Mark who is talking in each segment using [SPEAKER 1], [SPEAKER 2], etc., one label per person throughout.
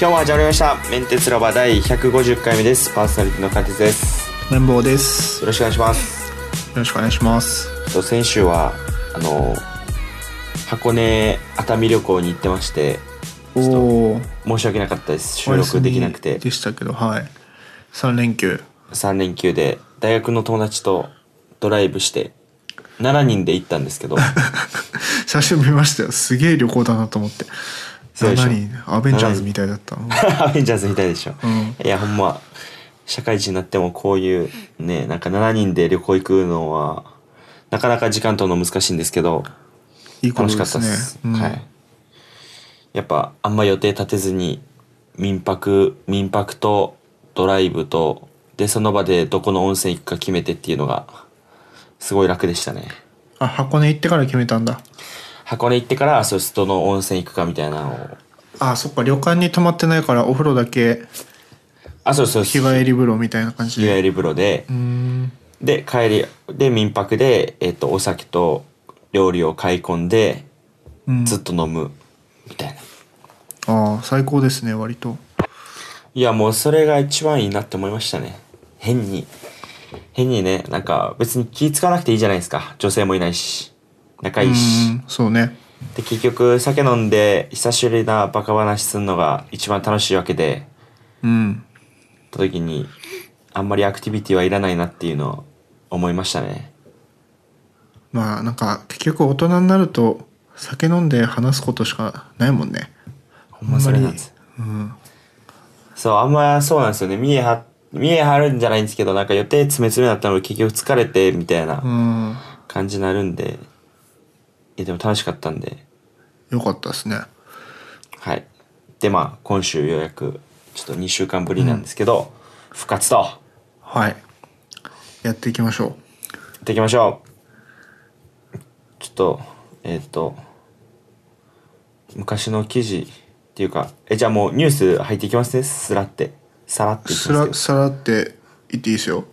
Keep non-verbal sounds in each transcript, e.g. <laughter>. [SPEAKER 1] 今日も始まりましたメンテツラバ第150回目ですパーソナリティのカテツです
[SPEAKER 2] 綿棒です。
[SPEAKER 1] よ
[SPEAKER 2] よ
[SPEAKER 1] ろしくお願いします
[SPEAKER 2] ろしくお願いします。
[SPEAKER 1] と先週はあの箱根熱海旅行に行ってまして
[SPEAKER 2] おおー、
[SPEAKER 1] 申し訳なかったです収録できなく
[SPEAKER 2] お
[SPEAKER 1] て
[SPEAKER 2] 休みでしたけど、はい。三連休。 <laughs>
[SPEAKER 1] 3連休で大学の友達とドライブして7人で行ったんですけど <laughs>
[SPEAKER 2] 写真見ましたよ。すげえ旅行だなと思って。
[SPEAKER 1] そうでしょ
[SPEAKER 2] 何アベンジャーズみたいだった。うん
[SPEAKER 1] アベンジャーズみたいでしょ、
[SPEAKER 2] うん
[SPEAKER 1] いやほんま社会人になってもこういうねなんか7人で旅行行くのはなかなか時間取るの難しいんですけど
[SPEAKER 2] いいこ
[SPEAKER 1] 楽
[SPEAKER 2] と
[SPEAKER 1] しか
[SPEAKER 2] で
[SPEAKER 1] ったで
[SPEAKER 2] すね。
[SPEAKER 1] す、
[SPEAKER 2] うん
[SPEAKER 1] はいやっぱあんま予定立てずに民泊民泊とドライブとでその場でどこの温泉行くか決めてっていうのがすごい楽でしたね
[SPEAKER 2] あ、箱根行ってから決めたんだ。
[SPEAKER 1] 箱根行ってからそうですどの温泉行くかみたいなのを
[SPEAKER 2] あ、そっか。旅館に泊まってないから、お風呂だけ
[SPEAKER 1] あそうですそうです
[SPEAKER 2] 日帰り風呂みたいな感じ
[SPEAKER 1] 日
[SPEAKER 2] で。
[SPEAKER 1] 帰り風呂で
[SPEAKER 2] うーん。
[SPEAKER 1] で帰りで民泊で、えっとお酒と料理を買い込んで
[SPEAKER 2] うん、
[SPEAKER 1] ずっと飲むみたいな、
[SPEAKER 2] ああ、最高ですね、割と。
[SPEAKER 1] いやもうそれが一番いいなって思いましたね変に変にねなんか別に気使わなくていいじゃないですか女性もいないし仲いいし
[SPEAKER 2] うん、そうね。
[SPEAKER 1] で結局酒飲んで久しぶりなバカ話すんのが一番楽しいわけで
[SPEAKER 2] うん。
[SPEAKER 1] た時にあんまりアクティビティはいらないなっていうのを思いましたね
[SPEAKER 2] まあなんか結局大人になると酒飲んで話すことしかないもんね。
[SPEAKER 1] ほんまそれなんです
[SPEAKER 2] あんま
[SPEAKER 1] そうあんまそうなんですよね見えは見え張るんじゃないんですけどなんか予定詰め詰めだったのに結局疲れてみたい
[SPEAKER 2] り。う。
[SPEAKER 1] なん
[SPEAKER 2] うん。
[SPEAKER 1] 感じになるんでいやでも楽しかったんで
[SPEAKER 2] よかったですね。
[SPEAKER 1] はい。で、まあ、今週ようやく、ちょっと2週間ぶりなんですけど、復活と、や
[SPEAKER 2] はい。やっていきましょ
[SPEAKER 1] っていきましょう。ちょっと、えっ、と、昔の記事っていうか、え、じゃあもうニュース入っていきますね、すらって。さらっ
[SPEAKER 2] う。
[SPEAKER 1] ていき
[SPEAKER 2] す
[SPEAKER 1] ますけ
[SPEAKER 2] ら、さらって言っていいですよ。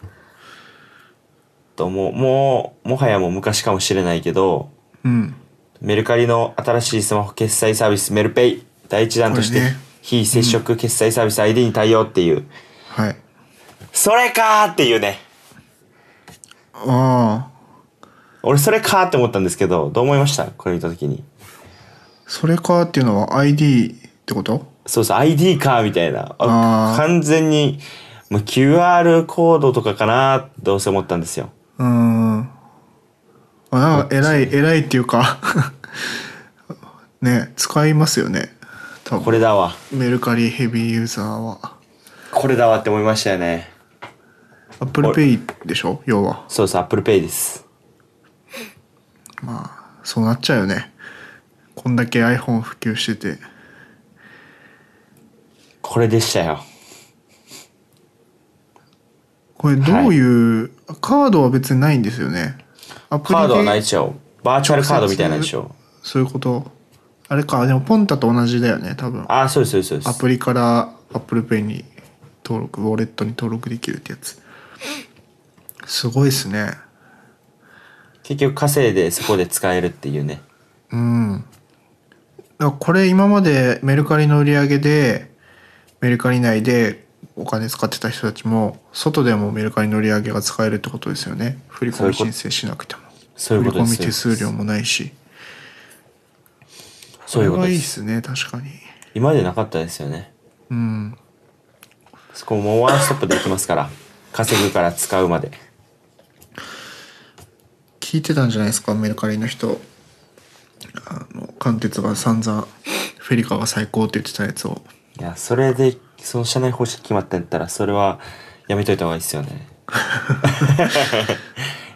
[SPEAKER 1] ど、もう、もう、もはやもう昔かもしれないけど、
[SPEAKER 2] うん。
[SPEAKER 1] メルカリの新しいスマホ決済サービスメルペイ第一弾として、
[SPEAKER 2] これね
[SPEAKER 1] 非接触決済サービス ID に対応っていう、
[SPEAKER 2] はい。
[SPEAKER 1] それかーっていうね。
[SPEAKER 2] ああ。
[SPEAKER 1] 俺それかーって思ったんですけどどう思いましたこれ見た時に
[SPEAKER 2] それかっていうのは ID ってこと
[SPEAKER 1] そうそう ID かーみたいなあ
[SPEAKER 2] あー
[SPEAKER 1] 完全にもう QR コードとかかなーどうせ思ったんですよ
[SPEAKER 2] うーん。あ、なんか偉い、偉いっていうか <laughs> ね、使いますよね。多
[SPEAKER 1] こ
[SPEAKER 2] 分。
[SPEAKER 1] れだわ
[SPEAKER 2] メルカリヘビーユーザーは。
[SPEAKER 1] これだわって思いましたよね
[SPEAKER 2] アップルペイでしょ要は。
[SPEAKER 1] そうそう ApplePay です
[SPEAKER 2] まあ、そうなっちゃうよね。こんだけ iPhone 普及してて。
[SPEAKER 1] これでしたよ
[SPEAKER 2] これどういう、カードは別にないんですよね。アプリで
[SPEAKER 1] カードはないでしょバーチャルカードみたいなんでしょ
[SPEAKER 2] そういうこと。あれか、でもポンタと同じだよね、多分。
[SPEAKER 1] ああそうですそうですそうで
[SPEAKER 2] ア
[SPEAKER 1] す
[SPEAKER 2] プリから Apple Pay に登録、ウォレットに登録できるってやつ。すごいですね。
[SPEAKER 1] 結局稼いでそこで使えるっていうね
[SPEAKER 2] うん。だからこれ今までメルカリの売り上げで、メルカリ内でお金使ってた人たちも、外でもメルカリの売り上げが使えるってことですよね。振り込み申請しなくても。
[SPEAKER 1] そういうことで
[SPEAKER 2] 振
[SPEAKER 1] す
[SPEAKER 2] り込み手数料もないし。
[SPEAKER 1] そういうこと
[SPEAKER 2] れはい
[SPEAKER 1] で
[SPEAKER 2] いですすね、確かに。
[SPEAKER 1] 今までなかったですよね
[SPEAKER 2] うん。
[SPEAKER 1] そこもうワンストップできますから <laughs> 稼ぐから使うまで
[SPEAKER 2] 聞いてたんじゃないですか、メルカリの人。あの、貫徹が散々、フェリカが最高って言ってたやつを。
[SPEAKER 1] いや、それで、その社内方針決まったんやったら、それはやめといた方がいいっすよ
[SPEAKER 2] <laughs>
[SPEAKER 1] ね。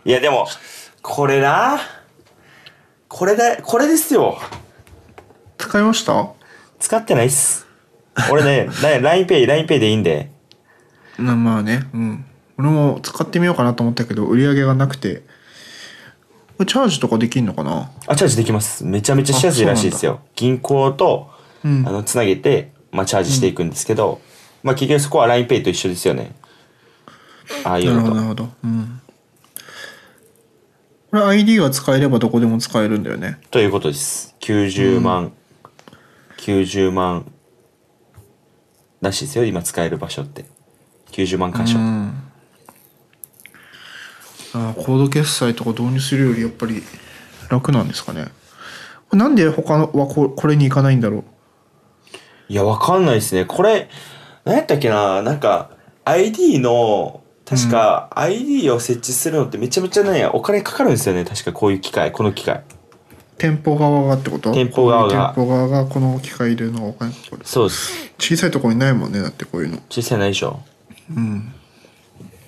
[SPEAKER 1] いや、でも、これな、これだ、これですよ。
[SPEAKER 2] 使いました
[SPEAKER 1] 使ってないっす。俺ね、LINEPay、LINEPay でいいんで、
[SPEAKER 2] なまあねうん俺も使ってみようかなと思ったけど売り上げがなくてこれチャージとかできんのかな
[SPEAKER 1] あ、チャージできます。めちゃめちゃしやすいらしいですよ。銀行と、
[SPEAKER 2] うん
[SPEAKER 1] あの、つなげて、まあ、チャージしていくんですけど、まあ、結局そこは LINEPay と一緒ですよね。ああい
[SPEAKER 2] な
[SPEAKER 1] うのと
[SPEAKER 2] るほど。なるほどうんこれ ID が使えればどこでも使えるんだよね
[SPEAKER 1] ということです。90万、90万らしいですよ今使える場所って90万箇所
[SPEAKER 2] うんあーコード決済とか導入するよりやっぱり楽なんですかねこれなんで他のはここれに行かないんだろう
[SPEAKER 1] いやわかんないですねこれ何やったっけななんか ID の確か ID を設置するのってめちゃめちゃねお金かかるんですよね確かこういう機械この機械
[SPEAKER 2] 店舗側がってこと
[SPEAKER 1] 店舗側が
[SPEAKER 2] こういう店舗側がこの機械入れるのがお金かかる
[SPEAKER 1] そうです
[SPEAKER 2] 小さいところにないもんねだってこういうの
[SPEAKER 1] 小さいないでしょ
[SPEAKER 2] うん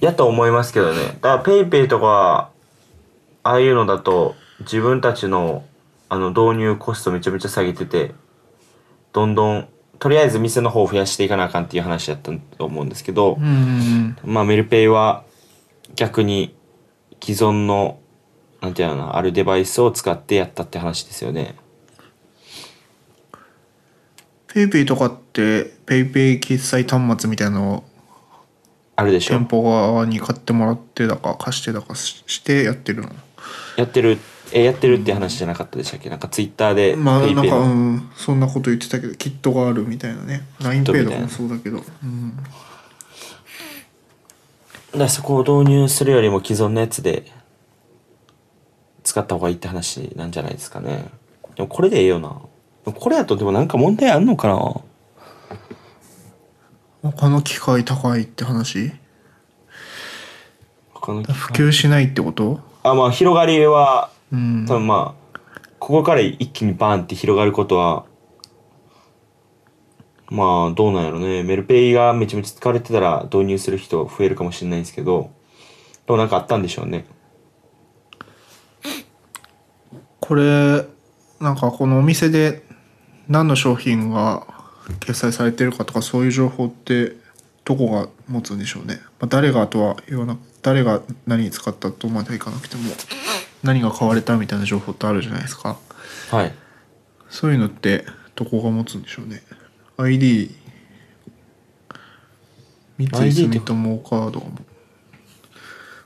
[SPEAKER 1] やと思いますけどねだからペイペイとかああいうのだと自分たちのあの導入コストめちゃめちゃ下げててどんどんとりあえず店の方を増やしていかなあかんっていう話だったと思うんですけど、
[SPEAKER 2] うん
[SPEAKER 1] まあメルペイは逆に既存のなんていうのかなあるデバイスを使ってやったって話ですよね
[SPEAKER 2] ペイペイとかってペイペイ決済端末みたいなのを
[SPEAKER 1] あるでしょ
[SPEAKER 2] 店舗側に買ってもらってだか貸してだかししてやってるの
[SPEAKER 1] やってるえやってるって話じゃなかったでしたっけなんかツイッターでペ
[SPEAKER 2] まあ
[SPEAKER 1] イ
[SPEAKER 2] なん
[SPEAKER 1] ペイ
[SPEAKER 2] か、う
[SPEAKER 1] の
[SPEAKER 2] ん、そんなこと言ってたけどキットがあるみたいなね l i n e
[SPEAKER 1] トみ
[SPEAKER 2] p
[SPEAKER 1] た
[SPEAKER 2] a
[SPEAKER 1] い
[SPEAKER 2] y
[SPEAKER 1] な
[SPEAKER 2] とかもそうだけど、うん、
[SPEAKER 1] だからそこを導入するよりも既存のやつで使った方がいいって話なんじゃないですかねでもこれでええよなでもこれやとでもなんか問題あんのかな
[SPEAKER 2] 他の機械高いって話
[SPEAKER 1] 他の
[SPEAKER 2] 普及しないってこと
[SPEAKER 1] あまあ広がりは
[SPEAKER 2] うん
[SPEAKER 1] 多分まあここから一気にバーンって広がることはまあどうなんやろねメルペイがめちゃめちゃ使われてたら導入する人増えるかもしれないんですけどでもなんかあったんでしょうね
[SPEAKER 2] これなんかこのお店で何の商品が決済されてるかとかそういう情報ってどこが持つんでしょうね、まあ、誰がとは言わな誰が何に使ったとまではいかなくても何が買われたみたいな情報ってあるじゃないですか
[SPEAKER 1] はい
[SPEAKER 2] そういうのってどこが持つんでしょうね ID 三井
[SPEAKER 1] ID って
[SPEAKER 2] 住友カードが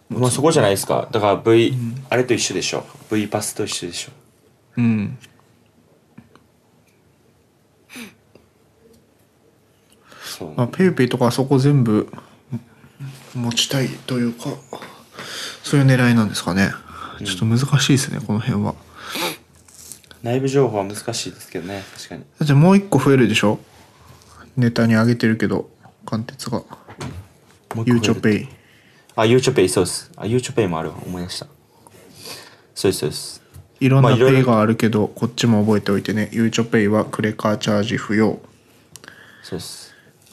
[SPEAKER 2] 持つ
[SPEAKER 1] まあそこじゃないですかだから V、あれと一緒でしょ V パスと一緒でしょ
[SPEAKER 2] うん
[SPEAKER 1] そう
[SPEAKER 2] まあ、ペイペイとかあそこ全部持ちたいというかそういう狙いなんですかねちょっと難しいですねこの辺は
[SPEAKER 1] 内部情報は難しいですけどね確かに
[SPEAKER 2] だってもう一個増えるでしょネタに上げてるけど貫徹が
[SPEAKER 1] もう一個
[SPEAKER 2] ゆうちょ
[SPEAKER 1] イ
[SPEAKER 2] ペイ
[SPEAKER 1] あゆうちょペイそうですあゆうちょペイもあるわ思い出したそうですそうです
[SPEAKER 2] いろん
[SPEAKER 1] まあ
[SPEAKER 2] ない
[SPEAKER 1] ろいろ
[SPEAKER 2] ペイがあるけどこっちも覚えておいてねゆうちょペイはクレカチャージ不要
[SPEAKER 1] そうです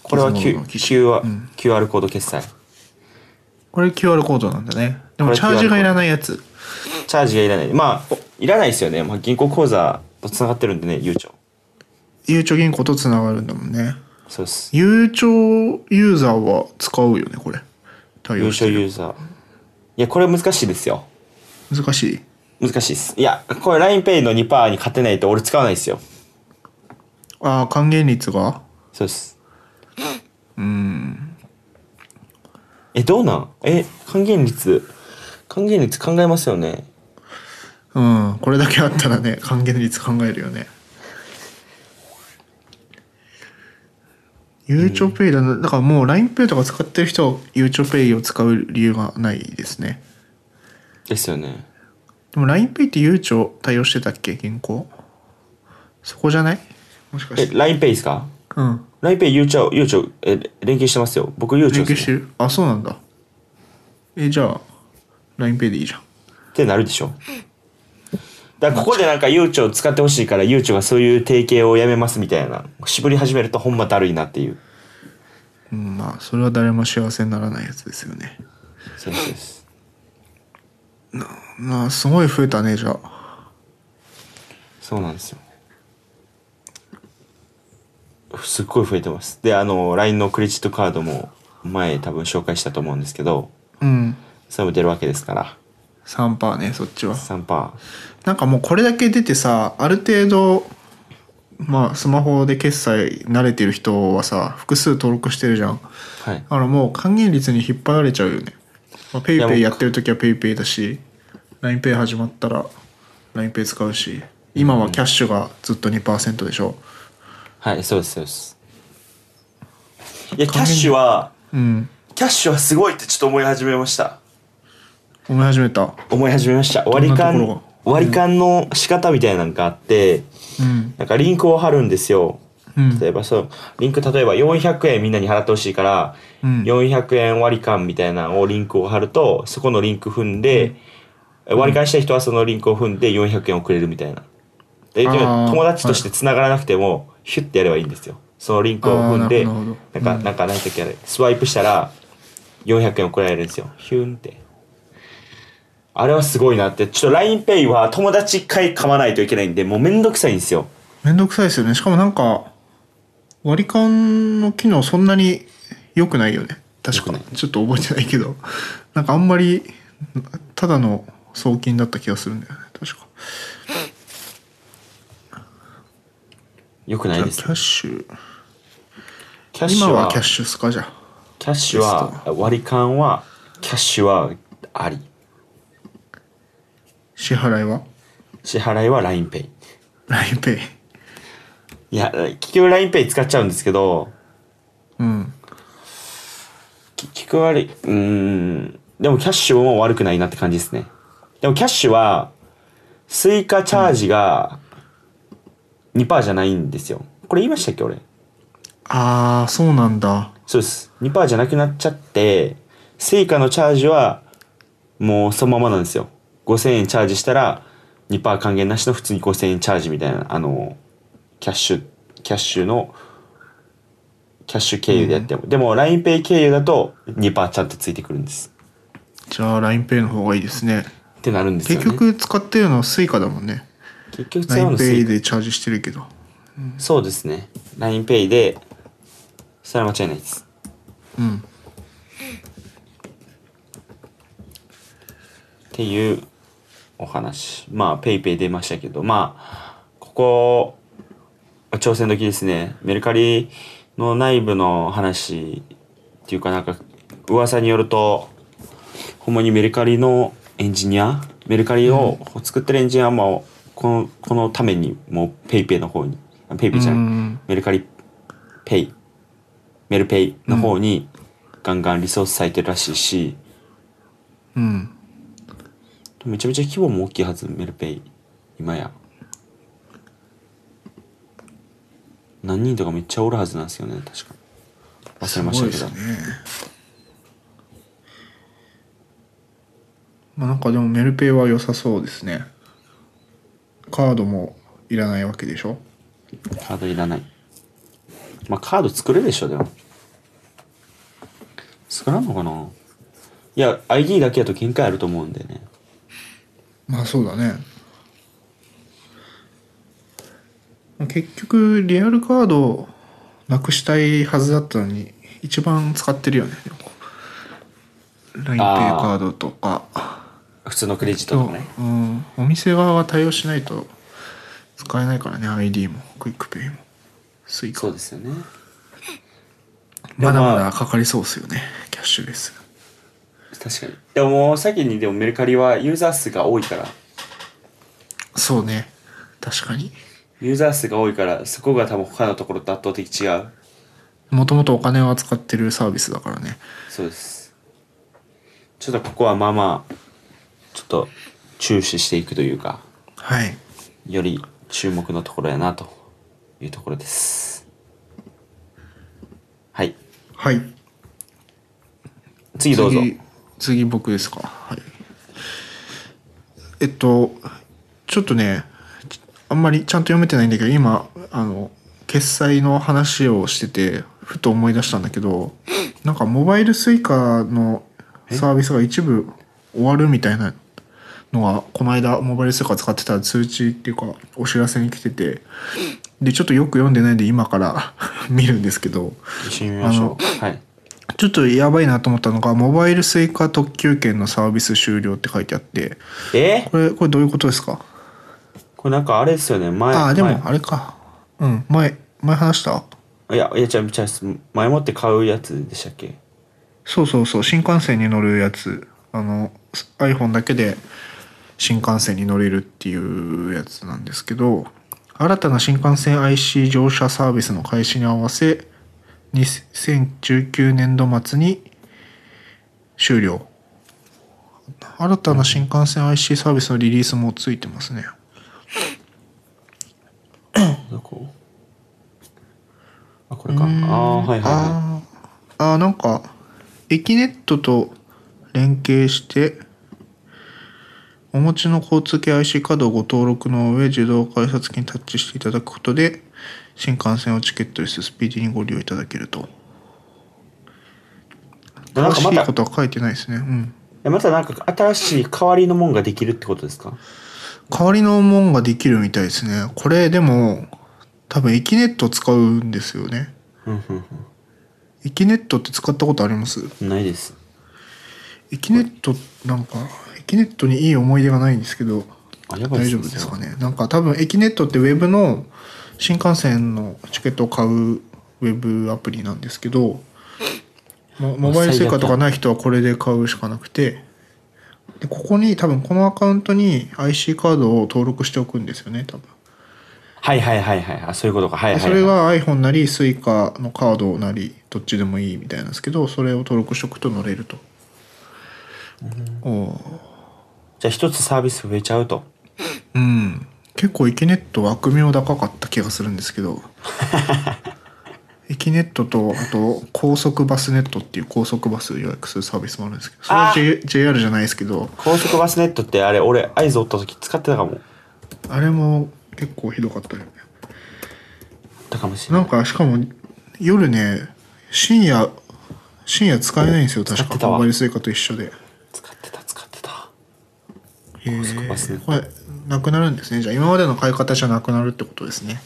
[SPEAKER 1] これは Q
[SPEAKER 2] キズモの機
[SPEAKER 1] QR,、QR コード決済
[SPEAKER 2] これ QR コードなんだねでも
[SPEAKER 1] これ
[SPEAKER 2] チ
[SPEAKER 1] QR
[SPEAKER 2] ャージがいらないやつ
[SPEAKER 1] チャージがいらない。まあ、いらないですよね。まあ、銀行口座とつながってるんでね、ゆうちょ。
[SPEAKER 2] ゆうちょ銀行とつながるんだもんね
[SPEAKER 1] そうです。
[SPEAKER 2] ゆうちょユーザーは使うよねこれ対
[SPEAKER 1] ゆ
[SPEAKER 2] 応
[SPEAKER 1] う
[SPEAKER 2] し
[SPEAKER 1] ちょ
[SPEAKER 2] て
[SPEAKER 1] ユ
[SPEAKER 2] る
[SPEAKER 1] ーザー。いや、これ難しいですよ。
[SPEAKER 2] 難しい
[SPEAKER 1] 難しいです。いや、これ LINEPay の2%に勝てないと俺使わないですよ。
[SPEAKER 2] ああ還元率が
[SPEAKER 1] そうです。うん。え、どうなんえ、還元率、還元率考えますよね。
[SPEAKER 2] うんこれだけあったらね還元率考えるよねゆうちょペイだなだからもう LINEPay とか使ってる人はゆうちょペイを使う理由がないですね
[SPEAKER 1] ですよね。
[SPEAKER 2] でも LINEPay ってゆうちょ対応してたっけ銀行そこじゃないもしか
[SPEAKER 1] え、
[SPEAKER 2] して
[SPEAKER 1] LINEPay ですか
[SPEAKER 2] うん
[SPEAKER 1] ?LINEPay ゆうちょ、ゆうちょ、え、連携してますよ。僕ゆうちょ
[SPEAKER 2] 連
[SPEAKER 1] っす
[SPEAKER 2] 携
[SPEAKER 1] ね
[SPEAKER 2] してるあそうなんだえじゃあ LINEPay でいいじゃん
[SPEAKER 1] ってなるでしょだからここでなんか悠長使ってほしいから悠長がそういう提携をやめますみたいな絞り始めるとほんまだるいなっていう
[SPEAKER 2] うんまあそれは誰も幸せにならないやつですよね
[SPEAKER 1] 先生です
[SPEAKER 2] まあすごい増えたねじゃあ
[SPEAKER 1] そうなんですよすっごい増えてますであの LINE のクレジットカードも前多分紹介したと思うんですけど
[SPEAKER 2] うん
[SPEAKER 1] それも出るわけですから
[SPEAKER 2] 3パーねそっちは
[SPEAKER 1] 3パ
[SPEAKER 2] なんかもうこれだけ出てさある程度まあスマホで決済慣れてる人はさ複数登録してるじゃん
[SPEAKER 1] ーはい
[SPEAKER 2] だからもう還元率に引っ張られちゃうよね、まあ、ペイ
[SPEAKER 1] や
[SPEAKER 2] ペ
[SPEAKER 1] もう
[SPEAKER 2] イやってる時はペイペイだし LINEPay 始まったら LINEPay 使うし今はキャッシュがずっと2%でしょ
[SPEAKER 1] はいそうですそうですいやキャッシュは
[SPEAKER 2] うん
[SPEAKER 1] キャッシュはすごいってちょっと思い始めました
[SPEAKER 2] 思い始めた
[SPEAKER 1] 思い始めました割り
[SPEAKER 2] どんなと
[SPEAKER 1] 勘
[SPEAKER 2] ころが
[SPEAKER 1] 割り勘の仕方みたいなのがあって
[SPEAKER 2] うん
[SPEAKER 1] なんかリンクを貼るんですよ
[SPEAKER 2] うん
[SPEAKER 1] 例えばそうリンク例えば400円みんなに払ってほしいから、
[SPEAKER 2] うん
[SPEAKER 1] 400円割り勘みたいなのをリンクを貼るとそこのリンク踏んで、割り勘した人はそのリンクを踏んで400円をくれるみたいなで
[SPEAKER 2] あー
[SPEAKER 1] 友達として繋がらなくても、ヒュッてやればいいんですよそのリンクを踏んで
[SPEAKER 2] あーな
[SPEAKER 1] な
[SPEAKER 2] るほど
[SPEAKER 1] んか、なんか何だっけあれスワイプしたら400円をくれられるんですよヒュンってあれはすごいなってちょっと LINEPay は友達一回噛まないといけないんでもうめんどくさいんですよ
[SPEAKER 2] めんどくさいですよねしかもなんか割り勘の機能そんなに良くないよね確か
[SPEAKER 1] 良く
[SPEAKER 2] ちょっと覚えてないけど <laughs> なんかあんまりただの送金だった気がするんだよね確か
[SPEAKER 1] よくな
[SPEAKER 2] じ
[SPEAKER 1] い
[SPEAKER 2] ゃあ
[SPEAKER 1] で
[SPEAKER 2] キ
[SPEAKER 1] す
[SPEAKER 2] ャッシュ
[SPEAKER 1] キャッシュ
[SPEAKER 2] 今は
[SPEAKER 1] は
[SPEAKER 2] キャッシュっすかじゃあ
[SPEAKER 1] キャッシュは割り勘はキャッシュはあり
[SPEAKER 2] 支払いは
[SPEAKER 1] 支払いは LINEPay
[SPEAKER 2] l i n e イ
[SPEAKER 1] いや結局 LINEPay 使っちゃうんですけど
[SPEAKER 2] うん
[SPEAKER 1] 結局悪いうーんでもキャッシュも悪くないなって感じですねでもキャッシュはスイカチャージが2%じゃないんですよこれ言いましたっけ俺
[SPEAKER 2] ああそうなんだ
[SPEAKER 1] そうです2%じゃなくなっちゃってスイカのチャージはもうそのままなんですよ5000円チャージしたら2%還元なしの普通に5000円チャージみたいなあのキャッシュキャッシュのキャッシュ経由でやっても、でも LINEPay 経由だと2%ちゃんとついてくるんです
[SPEAKER 2] じゃあ LINEPay の方がいいですね
[SPEAKER 1] ってなるんですよ
[SPEAKER 2] 結
[SPEAKER 1] ね
[SPEAKER 2] 局使ってるのは Suica だもんね
[SPEAKER 1] 結局使うの
[SPEAKER 2] LINEPay
[SPEAKER 1] スイ
[SPEAKER 2] でチャージしてるけど
[SPEAKER 1] そうですね LINEPay でそれは間違いないです
[SPEAKER 2] うん
[SPEAKER 1] っていうお話まあペイペイ出ましたけどまあここ挑戦時ですねメルカリの内部の話っていうかなんか噂によるとほんまにメルカリのエンジニアメルカリを作ってるエンジニアもこのこのためにもうペイペイの方にあペイペイじゃ
[SPEAKER 2] う
[SPEAKER 1] ない
[SPEAKER 2] ん
[SPEAKER 1] メルカリペイメルペイの方にガンガンリソース割いてるらしいし、
[SPEAKER 2] うん
[SPEAKER 1] めちゃめちゃ規模も大きいはずメルペイ今や何人とかめっちゃおるはずなんですよね確か忘れましたけ
[SPEAKER 2] す
[SPEAKER 1] ど
[SPEAKER 2] ごいですねまあなんかでもメルペイは良さそうですねカードもいらないわけでしょ
[SPEAKER 1] カードいらないまあカード作れるでしょでも作らんのかないや ID だけだと限界あると思うんでね
[SPEAKER 2] まあそうだねまあ結局リアルカードをなくしたいはずだったのに一番使ってるよね LINEPay
[SPEAKER 1] あー
[SPEAKER 2] カードとか
[SPEAKER 1] 普通のクレジット
[SPEAKER 2] と
[SPEAKER 1] とかね
[SPEAKER 2] うん、お店側が対応しないと使えないからね ID もクイックペイもスイカ
[SPEAKER 1] そうですよね
[SPEAKER 2] まだまだかかりそうですよねキャッシュレス
[SPEAKER 1] 確かにでももう先にでもメルカリはユーザー数が多いから
[SPEAKER 2] そうね確かに
[SPEAKER 1] ユーザー数が多いからそこが多分他のところと圧倒的違う
[SPEAKER 2] もともとお金を扱ってるサービスだからね
[SPEAKER 1] そうですちょっとここはまあまあちょっと注視していくというか
[SPEAKER 2] はい
[SPEAKER 1] より注目のところやなというところですはい
[SPEAKER 2] はい
[SPEAKER 1] 次どうぞ
[SPEAKER 2] 次次僕ですかはいえっとちょっとねちあんまりちゃんと読めてないんだけど今あの決済の話をしててふと思い出したんだけどなんかモバイルスイカのサービスが一部終わるみたいなのがこの間モバイルスイカ使ってたら通知っていうかお知らせに来ててでちょっとよく読んでないんで今から <laughs> 見るんですけど
[SPEAKER 1] 一緒に見ましょうはい
[SPEAKER 2] ちょっとやばいなと思ったのが、モバイルスイカ特急券のサービス終了って書いてあって、
[SPEAKER 1] え
[SPEAKER 2] これ、これどういうことですか
[SPEAKER 1] これなんかあれですよね前
[SPEAKER 2] ああ、でもあれか。うん、前、前話した
[SPEAKER 1] 前いやいやちゃうちゃうです前もって買うやつでしたっけ
[SPEAKER 2] そうそうそう、新幹線に乗るやつ。あの、iPhone だけで新幹線に乗れるっていうやつなんですけど、新たな新幹線 IC 乗車サービスの開始に合わせ、 2019年度末に終了新たな新幹線 IC サービスのリリースもついてますね
[SPEAKER 1] どこあこれかああはいはいは
[SPEAKER 2] あーあーなんかエキネットと連携してお持ちの交通系 IC カードをご登録の上自動改札機にタッチしていただくことで新幹線をチケットですスピーディーにご利用いただけると
[SPEAKER 1] いなん
[SPEAKER 2] 詳
[SPEAKER 1] か
[SPEAKER 2] し
[SPEAKER 1] ま
[SPEAKER 2] い
[SPEAKER 1] た
[SPEAKER 2] ことは書いてないですねうん
[SPEAKER 1] えまたなんか新しい代わりのもんができるってことですか
[SPEAKER 2] 代わりのもんができるみたいですねこれでも多分エキネット使うんですよね
[SPEAKER 1] うんうん
[SPEAKER 2] エキネットって使ったことあります
[SPEAKER 1] うんないです
[SPEAKER 2] エキネットなんかエキネットにいい思い出がないんですけど
[SPEAKER 1] あやばい
[SPEAKER 2] 大丈夫ですかねなんか多分エキネットってウェブの新幹線のチケットを買うウェブアプリなんですけどモモバイル Suica とかない人はこれで買うしかなくてでここに多分このアカウントに IC カードを登録しておくんですよね多分
[SPEAKER 1] はいはいはいはいあそういうことかはい
[SPEAKER 2] で
[SPEAKER 1] はい
[SPEAKER 2] それ
[SPEAKER 1] はい
[SPEAKER 2] が iPhone なり Suica のカードなりどっちでもいいみたいなんですけどそれを登録しておくと乗れると、おー
[SPEAKER 1] じゃあ一つサービス増えちゃうと
[SPEAKER 2] うん結構イキネットは悪名高かった気がするんで
[SPEAKER 1] <laughs>
[SPEAKER 2] すけどイキネットとあと高速バスネットっていう高速バス予約するサービスもあるんですけどそれは J- JR じゃないですけど
[SPEAKER 1] 高速バスネットってあれ俺合図おった時使ってたかも
[SPEAKER 2] あれも結構ひどかったよね
[SPEAKER 1] だかもしれ
[SPEAKER 2] な
[SPEAKER 1] ない
[SPEAKER 2] んかしかも夜ね深夜深夜使えないんですよ確
[SPEAKER 1] 使っ
[SPEAKER 2] か
[SPEAKER 1] てたわ
[SPEAKER 2] モバイルスイカと一緒で
[SPEAKER 1] 使ってた使ってた
[SPEAKER 2] へえ
[SPEAKER 1] 速バスネット
[SPEAKER 2] これなくなるんですねじゃあ今までの買い方じゃなくなるってことですね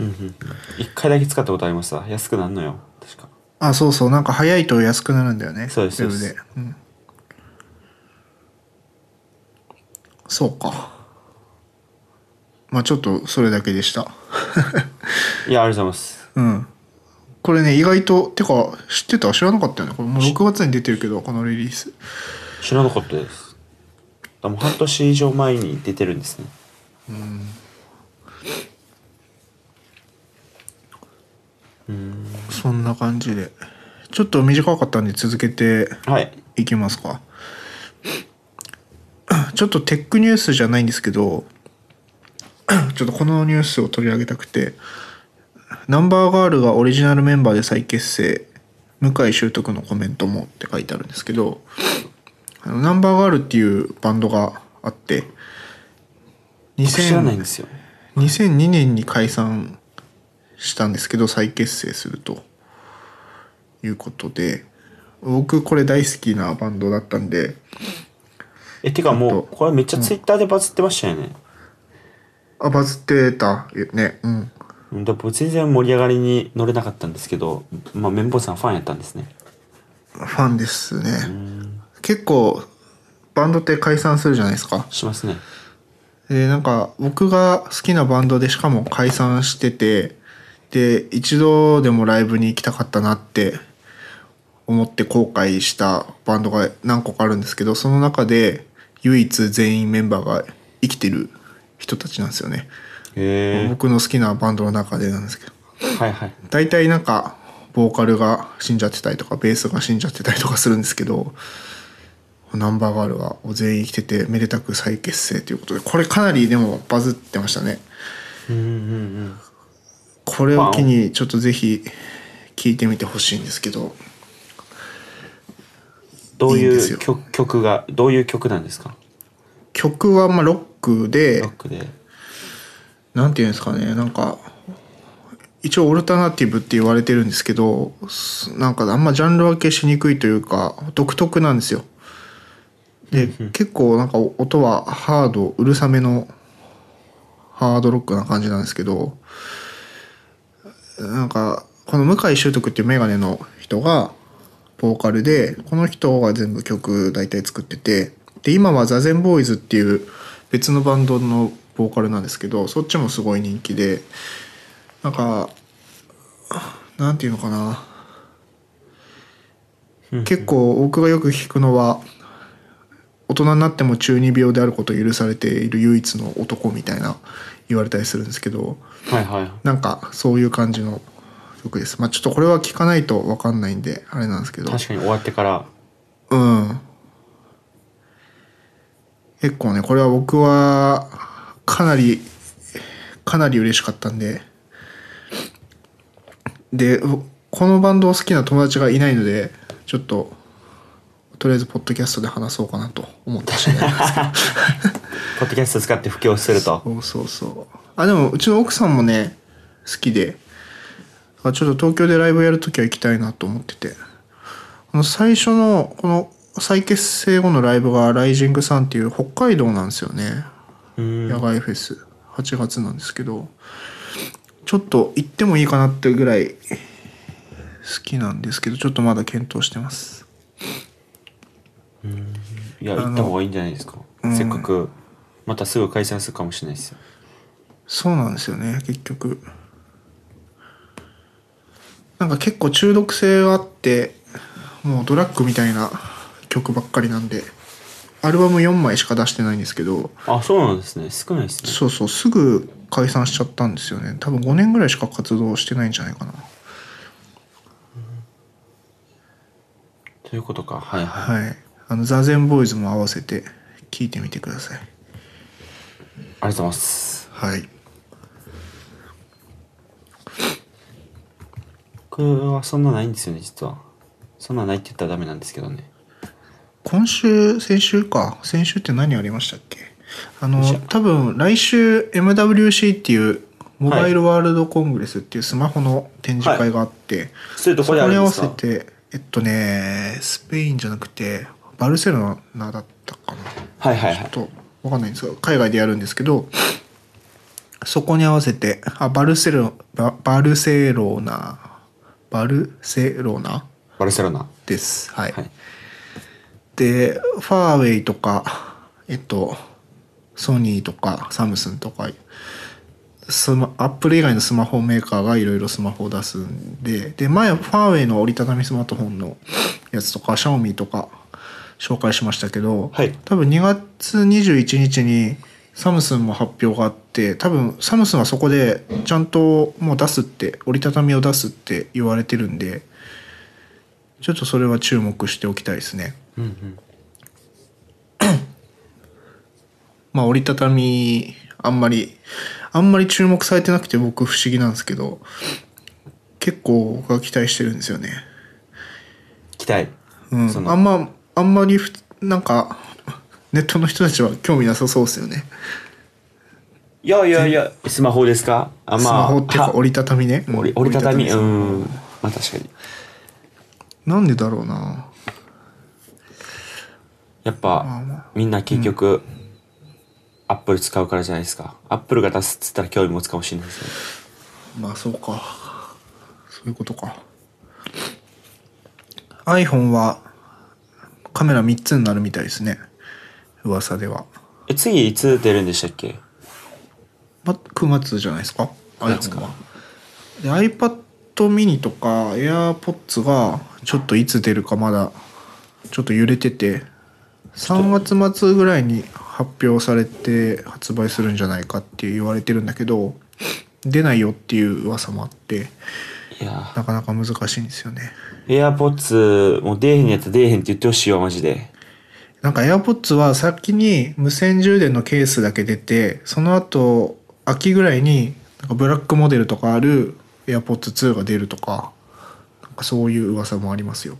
[SPEAKER 1] うんうんうん一回だけ使ったことありました安くなんのよ確か
[SPEAKER 2] あそうそうなんか早いと安くなるんだよね
[SPEAKER 1] そうです
[SPEAKER 2] ウェブ
[SPEAKER 1] そうで
[SPEAKER 2] で、うん、そうかまあちょっとそれだけでした <laughs>
[SPEAKER 1] いやありがとうございます
[SPEAKER 2] うんこれね意外とてか知ってた知らなかったよねこれもう6月に出てるけどこのリリース
[SPEAKER 1] 知らなかったですでも半年以上前に出てるんですね
[SPEAKER 2] そんな感じでちょっと短かったんで続けて
[SPEAKER 1] はい
[SPEAKER 2] いきますか <clears throat> ちょっとテックニュースじゃないんですけど <clears throat> ちょっとこのニュースを取り上げたくてナンバーガールがオリジナルメンバーで再結成向井修徳のコメントもって書いてあるんですけどあのナンバーガールっていうバンドがあって
[SPEAKER 1] 僕知らないんで
[SPEAKER 2] 2000
[SPEAKER 1] すよ
[SPEAKER 2] 2002年に解散したんですけど再結成するということで僕これ大好きなバンドだったんで
[SPEAKER 1] えてかもうこれめっちゃツイッターでバズってましたよね、
[SPEAKER 2] あバズってたよねうん
[SPEAKER 1] うんで僕全然盛り上がりに乗れなかったんですけど、まあ、綿棒さんファンやったんですね
[SPEAKER 2] ファンですね
[SPEAKER 1] うん
[SPEAKER 2] 結構バンドって解散するじゃないですか
[SPEAKER 1] しますね
[SPEAKER 2] でなんか僕が好きなバンドでしかも解散しててで一度でもライブに行きたかったなって思って後悔したバンドが何個かあるんですけどその中で唯一全員メンバーが生きてる人たちなんですよね、
[SPEAKER 1] へえ
[SPEAKER 2] 僕の好きなバンドの中でなんですけど
[SPEAKER 1] はいはい
[SPEAKER 2] 大体なんかボーカルが死んじゃってたりとかベースが死んじゃってたりとかするんですけどナンバーガールは全員生きててめでたく再結成ということでこれかなりでもバズってましたね
[SPEAKER 1] うんうんうん
[SPEAKER 2] これを機にちょっとぜひ聞いてみてほしいんですけど
[SPEAKER 1] どう
[SPEAKER 2] いいんで
[SPEAKER 1] い
[SPEAKER 2] す
[SPEAKER 1] う
[SPEAKER 2] よ
[SPEAKER 1] 曲曲がどういう曲なんですか
[SPEAKER 2] 曲はまあロックで
[SPEAKER 1] ロックで
[SPEAKER 2] なんていうんですかねなんか一応オルタナティブって言われてるんですけどすなんかあんまジャンル分けしにくいというか独特なんですよ。で結構なんか音はハードうるさめのハードロックな感じなんですけどなんかこの向井修徳っていうメガネの人がボーカルでこの人が全部曲大体作っててで今はザゼンボーイズっていう別のバンドのボーカルなんですけどそっちもすごい人気でなんかなんていうのかな結構僕がよく聞くのは大人になっても中二病であることを許されている唯一の男みたいな言われたりするんですけど
[SPEAKER 1] はいはい
[SPEAKER 2] なんかそういう感じの曲です。まあちょっとこれは聞かないと分かんないんであれなんですけど
[SPEAKER 1] 確かに終わってから
[SPEAKER 2] うん結構ねこれは僕はかなりかなり嬉しかったんででこのバンドを好きな友達がいないのでちょっととりあえずポッドキャストで話そうかなと思ってしまいました
[SPEAKER 1] ポッドキャスト使って布教すると
[SPEAKER 2] そうそうそうあでもうちの奥さんもね好きでだからちょっと東京でライブやるときは行きたいなと思っててこの最初のこの再結成後のライブが「ライジングサンっていう北海道なんですよね
[SPEAKER 1] うん
[SPEAKER 2] 野外フェス8月なんですけどちょっと行ってもいいかなってぐらい好きなんですけどちょっとまだ検討してます
[SPEAKER 1] いや行った方がいいんじゃないですかせっかくまたすぐ解散するかもしれないですよ
[SPEAKER 2] そうなんですよね結局なんか結構中毒性があってもうドラッグみたいな曲ばっかりなんでアルバム4枚しか出してないんですけど
[SPEAKER 1] あそうなんですね少ないですね
[SPEAKER 2] そうそうすぐ解散しちゃったんですよね多分5年ぐらいしか活動してないんじゃないかな
[SPEAKER 1] ということかはいはい
[SPEAKER 2] はいあのザ・ゼンボーイズも合わせて聴いてみてください
[SPEAKER 1] ありがとうございます
[SPEAKER 2] はい
[SPEAKER 1] これはそんなないんですよね実はそんなないって言ったらダメなんですけどね
[SPEAKER 2] 今週先週か先週って何ありましたっけあの
[SPEAKER 1] よいしょ
[SPEAKER 2] 多分来週 MWC っていうモバイルワールドコングレスっていうスマホの展示会があって、
[SPEAKER 1] それどこ
[SPEAKER 2] そこ
[SPEAKER 1] であ
[SPEAKER 2] に
[SPEAKER 1] るん
[SPEAKER 2] 合
[SPEAKER 1] で
[SPEAKER 2] わ
[SPEAKER 1] す
[SPEAKER 2] せ
[SPEAKER 1] か
[SPEAKER 2] てえっとねスペインじゃなくてバルセロナだったかな
[SPEAKER 1] はいはいはい
[SPEAKER 2] ちょっとわかんないんですが海外でやるんですけどそこに合わせてあバルセロババルセロナバルセロナ
[SPEAKER 1] バルセロナ
[SPEAKER 2] ですはい
[SPEAKER 1] はい
[SPEAKER 2] でファーウェイとかえっとソニーとかサムスンとかスマアップル以外のスマホメーカーがいろいろスマホを出すんでで前はファーウェイの折りたたみスマートフォンのやつとかシャオミとか紹介しましたけど、
[SPEAKER 1] はい
[SPEAKER 2] 多分2月21日にサムスンも発表があって多分サムスンはそこでちゃんともう出すって折りたたみを出すって言われてるんでちょっとそれは注目しておきたいですね。
[SPEAKER 1] うんうん
[SPEAKER 2] まあ折りたたみあんまりあんまり注目されてなくて僕不思議なんですけど結構僕は期待してるんですよね。
[SPEAKER 1] 期待
[SPEAKER 2] うん、
[SPEAKER 1] そ
[SPEAKER 2] あ
[SPEAKER 1] の
[SPEAKER 2] んまあんまりふなんかネットの人たちは興味なさそうですよね。
[SPEAKER 1] いやいやいやスマホですかあ
[SPEAKER 2] スマホっていうか
[SPEAKER 1] は
[SPEAKER 2] 折りたたみね。うん
[SPEAKER 1] 折り折りたたみ
[SPEAKER 2] 折り
[SPEAKER 1] うんまあ確かに
[SPEAKER 2] なんでだろうな。
[SPEAKER 1] やっぱ、
[SPEAKER 2] まあまあ
[SPEAKER 1] みんな結局、アップル使うからじゃないですかアップルが出すっつったら興味持つかもしれないですよね
[SPEAKER 2] まあそうか。そういうことか。iPhone はカメラ3つになるみたいですね。噂では。
[SPEAKER 1] え次いつ出るんでしたっけ
[SPEAKER 2] ま、9月じゃないですか
[SPEAKER 1] 9月か
[SPEAKER 2] iPhone はで iPad mini とか AirPods がちょっといつ出るかまだちょっと揺れてて3月末ぐらいに発表されて発売するんじゃないかって言われてるんだけど出ないよっていう噂もあって
[SPEAKER 1] いや
[SPEAKER 2] なかなか難しいんですよね
[SPEAKER 1] エアポッツもう出えへんやったら出えへんって言ってほしいわマジで
[SPEAKER 2] なんか AirPods は先に無線充電のケースだけ出てその後秋ぐらいになんかブラックモデルとかある AirPods2 が出るとかなんかそういう噂もありますよ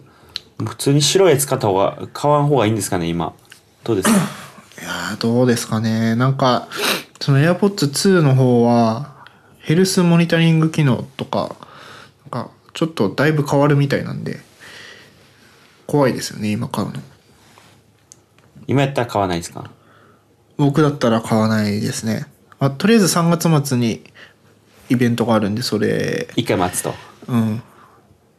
[SPEAKER 1] 普通に白いやつ買った方が買わん方がいいんですかね今どうですか
[SPEAKER 2] いやーどうですかねなんかその AirPods2 の方はヘルスモニタリング機能とかなんかちょっとだいぶ変わるみたいなんで怖いですよね今買うの
[SPEAKER 1] 今やったら買わないですか
[SPEAKER 2] 僕だったら買わないですね、まあ、とりあえず3月末にイベントがあるんでそれ
[SPEAKER 1] 一回待つと
[SPEAKER 2] うん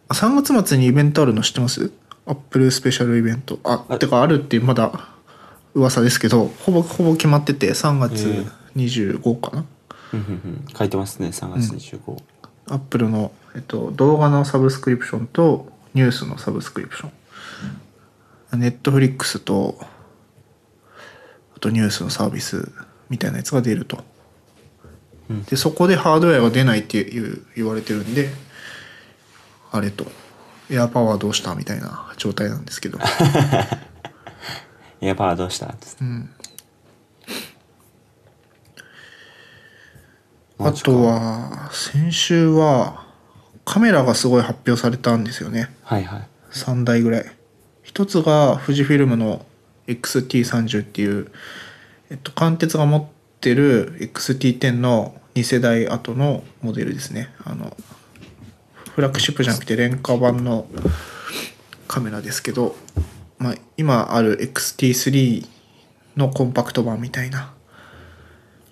[SPEAKER 2] あ3月末にイベントあるの知ってますアップルスペシャルイベントあ
[SPEAKER 1] あ
[SPEAKER 2] てかあるってまだ噂ですけどほぼほぼ決まってて3月25かな
[SPEAKER 1] うんうんうん書いてますね3月25、
[SPEAKER 2] アップルの、えっと、動画のサブスクリプションとニュースのサブスクリプションネットフリックスとあとニュースのサービスみたいなやつが出ると、
[SPEAKER 1] うん
[SPEAKER 2] でそこでハードウェアが出ないっていう言われてるんであれとエアパワーどうしたみたいな状態なんです
[SPEAKER 1] <laughs>
[SPEAKER 2] けど
[SPEAKER 1] エアパワーどうしたっつって
[SPEAKER 2] あとは先週はカメラがすごい発表されたんですよね
[SPEAKER 1] はいはい
[SPEAKER 2] 3台ぐらい一つが富士フィルムの XT30 っていう、えっと、貫徹が持ってる XT10 の2世代後のモデルですねあのフラッグシップじゃなくて廉価版のカメラですけど、まあ、今ある XT3 のコンパクト版みたいな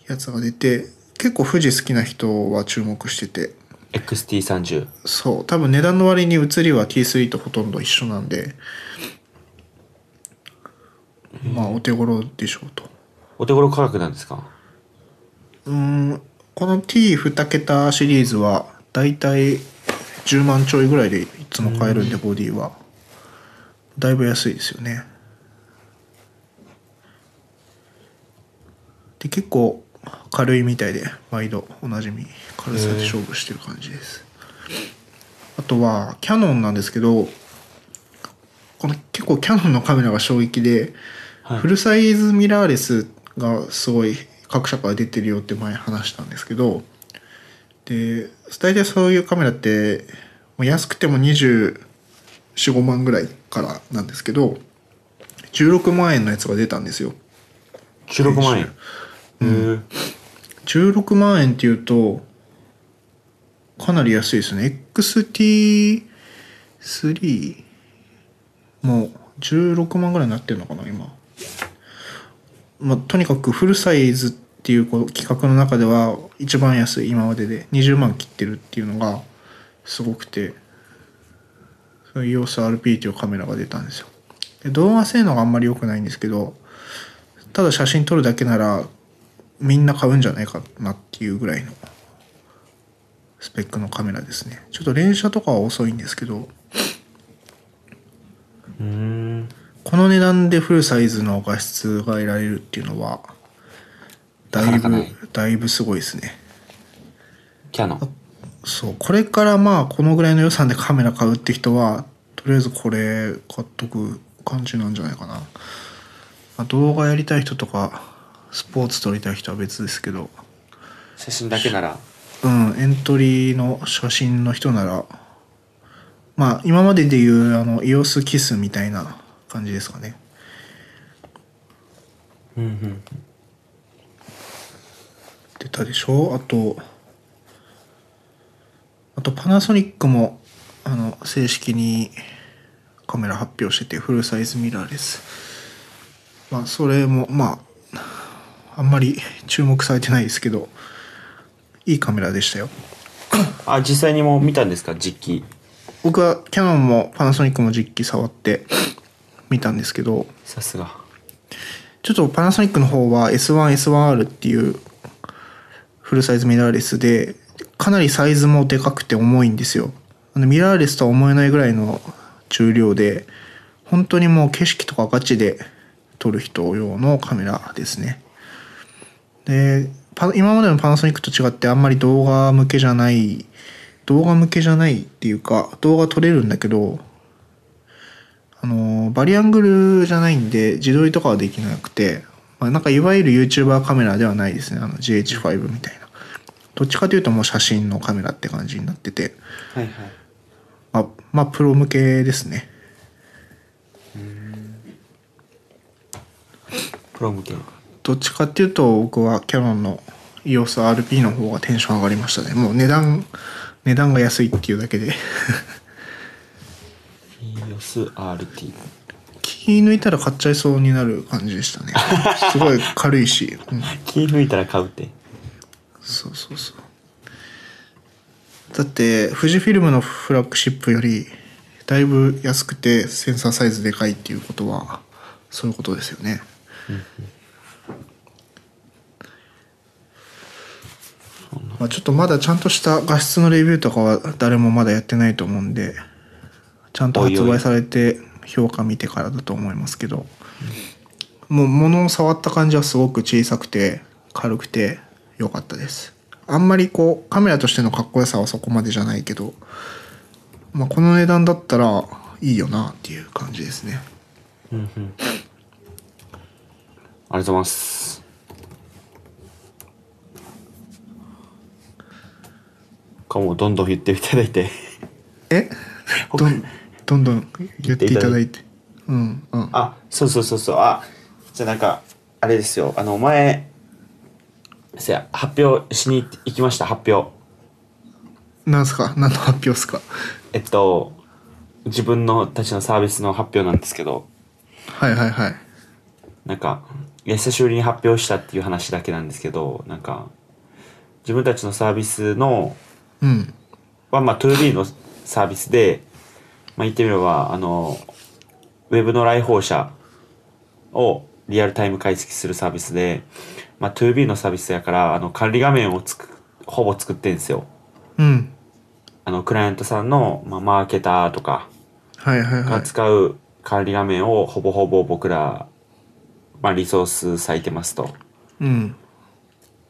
[SPEAKER 2] やつが出て結構富士好きな人は注目してて
[SPEAKER 1] XT30
[SPEAKER 2] そう多分値段の割に移りは T3 とほとんど一緒なんでまあお手頃でしょうと
[SPEAKER 1] お手頃価格なんですか
[SPEAKER 2] うーんこの T2 桁シリーズはだいたい10万ちょいぐらいでいつも買えるんでボディはだいぶ安いですよねで結構軽いみたいで毎度おなじみ軽さで勝負してる感じですあとはキヤノンなんですけどこの結構キヤノンのカメラが衝撃で、
[SPEAKER 1] はい
[SPEAKER 2] フルサイズミラーレスがすごい各社から出てるよって前話したんですけどで大体そういうカメラってもう安くても245万ぐらいからなんですけど16万円のやつが出たんですよ
[SPEAKER 1] 16万円へえ
[SPEAKER 2] 16万円っていうとかなり安いですね XT3 もう16万ぐらいになってるのかな今まあとにかくフルサイズっていうこう企画の中では一番安い今までで20万切ってるっていうのがすごくてその EOSRP というカメラが出たんですよで動画性能があんまり良くないんですけどただ写真撮るだけならみんな買うんじゃないかなっていうぐらいのスペックのカメラですねちょっと連写とかは遅いんですけど
[SPEAKER 1] うーん
[SPEAKER 2] この値段でフルサイズの画質が得られるっていうのはだい
[SPEAKER 1] な
[SPEAKER 2] ぶ
[SPEAKER 1] かなかない
[SPEAKER 2] だいぶすごいですね
[SPEAKER 1] キャノン
[SPEAKER 2] そうこれからまあこのぐらいの予算でカメラ買うって人はとりあえずこれ買っとく感じなんじゃないかな、まあ、動画やりたい人とかスポーツ撮りたい人は別ですけど
[SPEAKER 1] 写真だけなら
[SPEAKER 2] うん、エントリーの写真の人なら、まあ、今まででいう、あの、イオスキスみたいな感じですかね。
[SPEAKER 1] うんうん
[SPEAKER 2] 出たでしょあと、あと、パナソニックも、あの、正式にカメラ発表してて、フルサイズミラーです。まあ、それも、まあ、あんまり注目されてないですけど、いいカメラでしたよ。
[SPEAKER 1] あ実際にもう見たんですか実機
[SPEAKER 2] 僕はキャノンもパナソニックも実機触って見たんですけど
[SPEAKER 1] さすが
[SPEAKER 2] ちょっとパナソニックの方は S1S1R っていうフルサイズミラーレスでかなりサイズもでかくて重いんですよあのミラーレスとは思えないぐらいの重量で本当にもう景色とかガチで撮る人用のカメラですねでパ今までのパナソニックと違ってあんまり動画向けじゃない動画向けじゃないっていうか動画撮れるんだけどあのバリアングルじゃないんで自撮りとかはできなくて、まあ、なんかいわゆる YouTuber カメラではないですねあの GH5 みたいなどっちかというともう写真のカメラって感じになってて
[SPEAKER 1] はいはい
[SPEAKER 2] まあまあプロ向けですね
[SPEAKER 1] プロ向け
[SPEAKER 2] どっちかっていうと僕はキャノンの EOSRP の方がテンション上がりましたねもう値段値段が安いっていうだけで <laughs>
[SPEAKER 1] EOSRT
[SPEAKER 2] 気抜いたら買っちゃいそうになる感じでしたねすごい軽いし、うん
[SPEAKER 1] 気抜いたら買うって
[SPEAKER 2] そうそうそうだって富士フィルムのフラッグシップよりだいぶ安くてセンサーサイズでかいっていうことはそういうことですよねまあちょっとまだちゃんとした画質のレビューとかは誰もまだやってないと思うんでちゃんと発
[SPEAKER 1] おいおい
[SPEAKER 2] 売されて評価見てからだと思いますけどもう物を触った感じはすごく小さくて軽くて良かったですあんまりこうカメラとしてのかっこよさはそこまでじゃないけどまあ、この値段だったらいいよなっていう感じですね
[SPEAKER 1] ありがとうございます。かもうどんどん言っていただいて。 <laughs>
[SPEAKER 2] えどんどんどん言っていただいてうんうん
[SPEAKER 1] あ、そうそうそうそう。あ、じゃあなんか、あれですよ。あの、前、せや、発表しに行きました、発表。
[SPEAKER 2] なんすか何の発表っすか
[SPEAKER 1] えっと、自分のたちのサービスの発表なんですけど、
[SPEAKER 2] はいはいはい
[SPEAKER 1] なんか、久しぶりに発表したっていう話だけなんですけど、なんか、自分たちのサービスの、
[SPEAKER 2] うん
[SPEAKER 1] は、まあ、2B のサービスで、まあ、言ってみれば、あの、ウェブの来訪者をリアルタイム解析するサービスで、まあ、2B のサービスやから、あの、管理画面をつく、ほぼ作ってんですよ。
[SPEAKER 2] うん
[SPEAKER 1] あの、クライアントさんの、まあ、マーケターとか
[SPEAKER 2] はいはいは
[SPEAKER 1] が
[SPEAKER 2] い
[SPEAKER 1] 使う管理画面をほぼほぼ僕ら、まあ、リソース割いてますと。
[SPEAKER 2] うん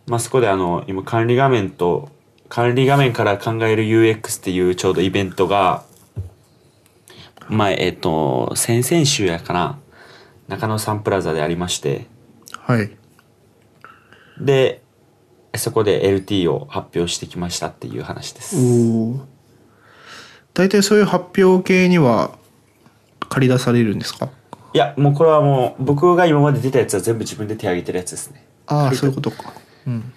[SPEAKER 1] まあ、そこであの、今管理画面と、管理画面から考える UX っていうちょうどイベントが、前、えっ、と、先々週やかな、中野サンプラザでありまして、
[SPEAKER 2] はい
[SPEAKER 1] で、そこで LT を発表してきましたっていう話です。
[SPEAKER 2] おお大体そういう発表系には借り出されるんですか
[SPEAKER 1] いや、もうこれはもう、僕が今まで出たやつは全部自分で手挙げてるやつですね。
[SPEAKER 2] ああそういうことかうん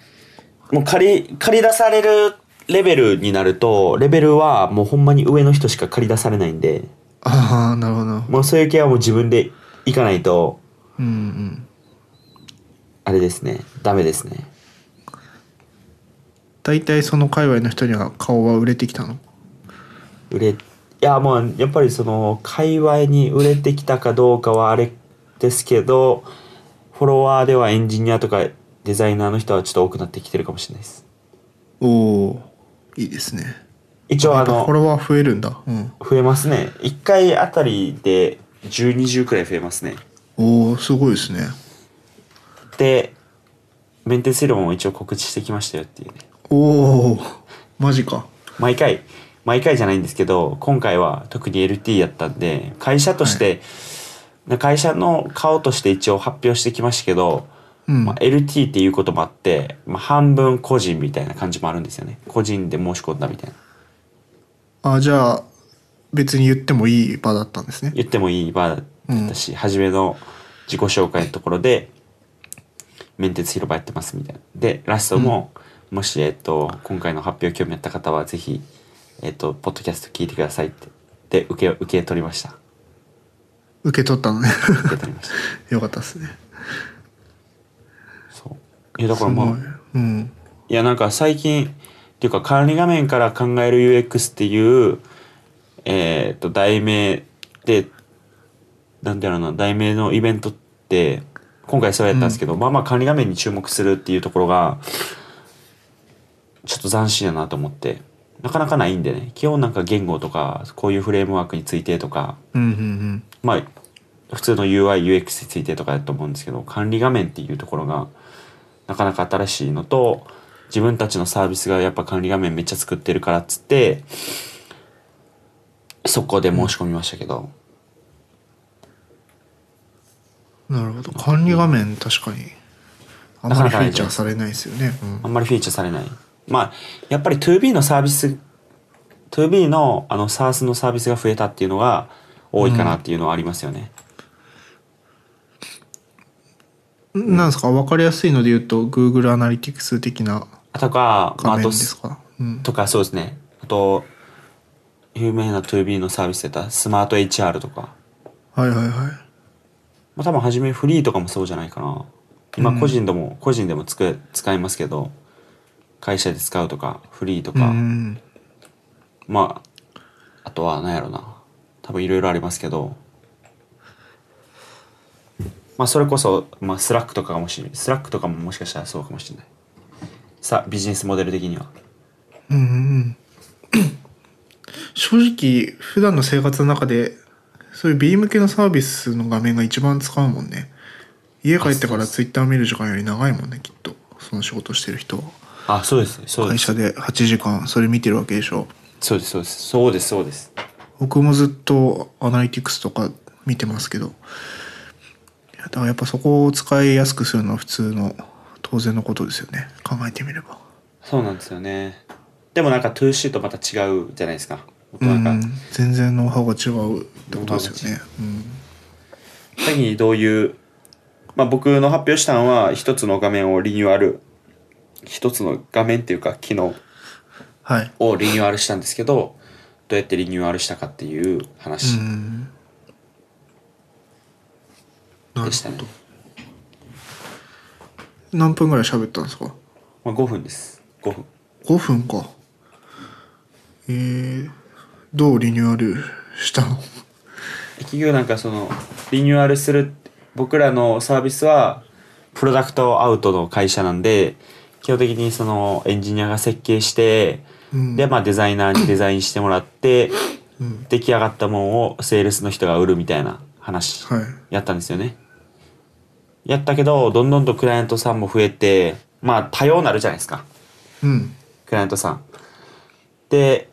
[SPEAKER 1] もう借り、借り出されるレベルになると、レベルはもうほんまに上の人しか借り出されないんで、
[SPEAKER 2] ああなるほど
[SPEAKER 1] もうそういう系はもう自分で行かないと、
[SPEAKER 2] うんうん
[SPEAKER 1] あれですね。ダメですね。
[SPEAKER 2] 大体その界隈の人には顔は売れてきたの
[SPEAKER 1] 売れ、いや、まあ、やっぱりその、界隈に売れてきたかどうかはあれですけど、フォロワーではエンジニアとかデザイナーの人はちょっと多くなってきてるかもしれないです。
[SPEAKER 2] おおいいですね
[SPEAKER 1] 一応、
[SPEAKER 2] や
[SPEAKER 1] あ
[SPEAKER 2] っぱフォ
[SPEAKER 1] の、
[SPEAKER 2] ロワー増えるんだうん
[SPEAKER 1] 増えますね。1回あたりで10、20くらい増えますね。
[SPEAKER 2] おおすごいですね
[SPEAKER 1] で、メンテセルも一応告知してきましたよっていうね。
[SPEAKER 2] おおマジか
[SPEAKER 1] 毎回毎回じゃないんですけど今回は特に LT やったんで会社として、な会社の顔として一応発表してきましたけど、
[SPEAKER 2] うん
[SPEAKER 1] まあ、LT っていうこともあって、まあ、半分個人みたいな感じもあるんですよね個人で申し込んだみたいな
[SPEAKER 2] あじゃあ別に言ってもいい場だったんですね
[SPEAKER 1] 言ってもいい場だったし、初めの自己紹介のところで「面接広場やってます」みたいなでラストも、もし、えっと今回の発表興味あった方はぜひ、えっとポッドキャスト聞いてください」ってで受け受け取りました。
[SPEAKER 2] 受け取ったのね
[SPEAKER 1] 受け取りました。
[SPEAKER 2] <laughs> よかったですね
[SPEAKER 1] そう。いや、だから
[SPEAKER 2] すごい
[SPEAKER 1] まあ、
[SPEAKER 2] うん
[SPEAKER 1] いや、なんか最近、っていうか管理画面から考える UX っていう、えっ、と、題名で、なんだろうな、題名のイベントって、今回そうやったんですけど、まあまあ管理画面に注目するっていうところが、ちょっと斬新だなと思って、なかなかないんでね、基本なんか言語とか、こういうフレームワークについてとか、
[SPEAKER 2] うんうんうん
[SPEAKER 1] まあ、普通の UI、UX についてとかだと思うんですけど、管理画面っていうところが、なかなか新しいのと、自分たちのサービスがやっぱ管理画面めっちゃ作ってるからっつって、そこで申し込みましたけど、
[SPEAKER 2] なるほど管理画面確かにあんまりフィーチャーされないですよね、うん
[SPEAKER 1] あんまりフィーチャーされない。まあ、やっぱり 2B のサービス、2B のあの SARS のサービスが増えたっていうのが多いかなっていうのはありますよね。
[SPEAKER 2] なんですか分かりやすいので言うと Google アナリティクス的な
[SPEAKER 1] あとか、まあ、
[SPEAKER 2] 画
[SPEAKER 1] あ
[SPEAKER 2] 面
[SPEAKER 1] と、
[SPEAKER 2] ですか、うん、
[SPEAKER 1] とかそうですね。あと、有名な 2B のサービスでたスマート HR とか。
[SPEAKER 2] はいはいはい
[SPEAKER 1] まあ多分初めフリーとかもそうじゃないかな。今個人でも、個人でもつく使いますけど、会社で使うとか、フリーと
[SPEAKER 2] う
[SPEAKER 1] か、
[SPEAKER 2] ん
[SPEAKER 1] まあ、あとは何やろな。多分いろいろありますけど、まあそれこそ、まあスラックとかかもしれない。スラックとかももしかしたらそうかもしれない。さ、ビジネスモデル的には。
[SPEAKER 2] うんうん <coughs> 正直普段の生活の中でそういう B 向けのサービスの画面が一番使うもんね家帰ってからツイッター見る時間より長いもんねきっとその仕事してる人は
[SPEAKER 1] あ、そうです。そうで
[SPEAKER 2] 会
[SPEAKER 1] す。
[SPEAKER 2] 社で8時間それ見てるわけでしょ
[SPEAKER 1] そうです。そうです。そうです。そうです。
[SPEAKER 2] 僕もずっとアナリティクスとか見てますけど、いやだからやっぱそこを使いやすくするのは普通の当然のことですよね。考えてみれば。
[SPEAKER 1] そうなんですよねでもなんか 2C とまた違うじゃないですか
[SPEAKER 2] う
[SPEAKER 1] なんか、
[SPEAKER 2] ん、全然ノウハウが違うってことですよね。
[SPEAKER 1] 先にどういう、まあ、僕の発表したのは一つの画面をリニューアル一つの画面っていうか機能
[SPEAKER 2] うん、はい。
[SPEAKER 1] をリニューアルしたんですけどどうやってリニューアルしたかっていう話
[SPEAKER 2] うん。なる
[SPEAKER 1] でしたね、
[SPEAKER 2] 何分ぐらい喋ったんですか
[SPEAKER 1] まあ、5分です5分
[SPEAKER 2] ?5 分か。えー、どうリニューアルした
[SPEAKER 1] <laughs>
[SPEAKER 2] の
[SPEAKER 1] 企業なんかそのリニューアルする僕らのサービスはプロダクトアウトの会社なんで基本的にそのエンジニアが設計して、
[SPEAKER 2] うん
[SPEAKER 1] でまあデザイナーにデザインしてもらって、出来上がったもんをセールスの人が売るみたいな話
[SPEAKER 2] はい。
[SPEAKER 1] やったんですよね。やったけどどんどんとクライアントさんも増えてまあ多様なるじゃないですか。
[SPEAKER 2] うん。
[SPEAKER 1] クライアントさん。で、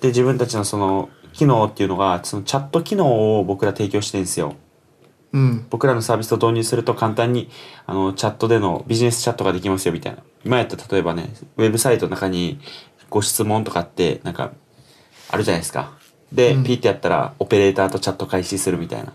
[SPEAKER 1] で、自分たちのその、機能っていうのが、そのチャット機能を僕ら提供してるんですよ。
[SPEAKER 2] うん。
[SPEAKER 1] 僕らのサービスを導入すると簡単に、あの、チャットでのビジネスチャットができますよ、みたいな。今やったら例えばね、ウェブサイトの中にご質問とかって、なんか、あるじゃないですか。で、
[SPEAKER 2] うん
[SPEAKER 1] ピーってやったら、オペレーターとチャット開始するみたいな。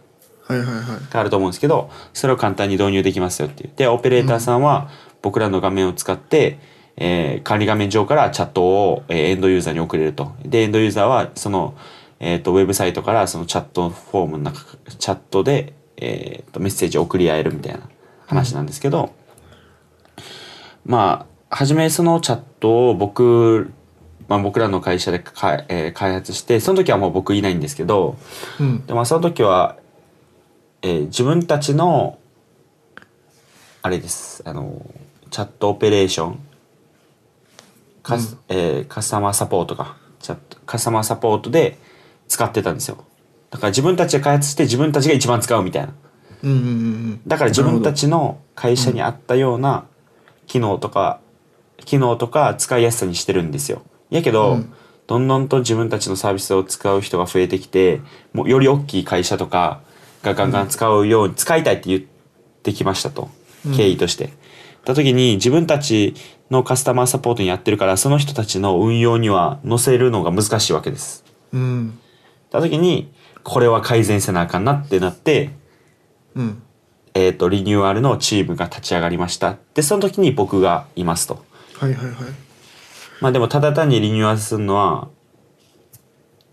[SPEAKER 2] はいはいはい。
[SPEAKER 1] があると思うんですけどそれを簡単に導入できますよっていうでオペレーターさんは僕らの画面を使って、えー管理画面上からチャットを、えーエンドユーザーに送れるとでエンドユーザーはその、えー、とウェブサイトからそのチャットフォームの中チャットで、えー、とメッセージを送り合えるみたいな話なんですけど、まあ初めそのチャットを僕まあ、僕らの会社でか、えー開発してその時はもう僕いないんですけど
[SPEAKER 2] うん。
[SPEAKER 1] でまあその時は、えー自分たちのあれですあのチャットオペレーションカス,、えーカスタマーサポートかチャットカスタマーサポートで使ってたんですよだから自分たちで開発して自分たちが一番使うみたいな
[SPEAKER 2] うんうんうん
[SPEAKER 1] だから自分たちの会社に合ったような機能とか、機能とか使いやすさにしてるんですよ。やけど、
[SPEAKER 2] うん
[SPEAKER 1] どんどんと自分たちのサービスを使う人が増えてきて、もうより大きい会社とかがガンガン使うように、使いたいって言ってきましたと。経緯として。た時に自分たちのカスタマーサポートにやってるから、その人たちの運用には載せるのが難しいわけです。
[SPEAKER 2] うん。うん。
[SPEAKER 1] た時に、これは改善せなあかんなってなって、
[SPEAKER 2] うん。
[SPEAKER 1] えー、とリニューアルのチームが立ち上がりましたでその時に僕がいますと
[SPEAKER 2] はいはいはい。
[SPEAKER 1] まあでもただ単にリニューアルするのは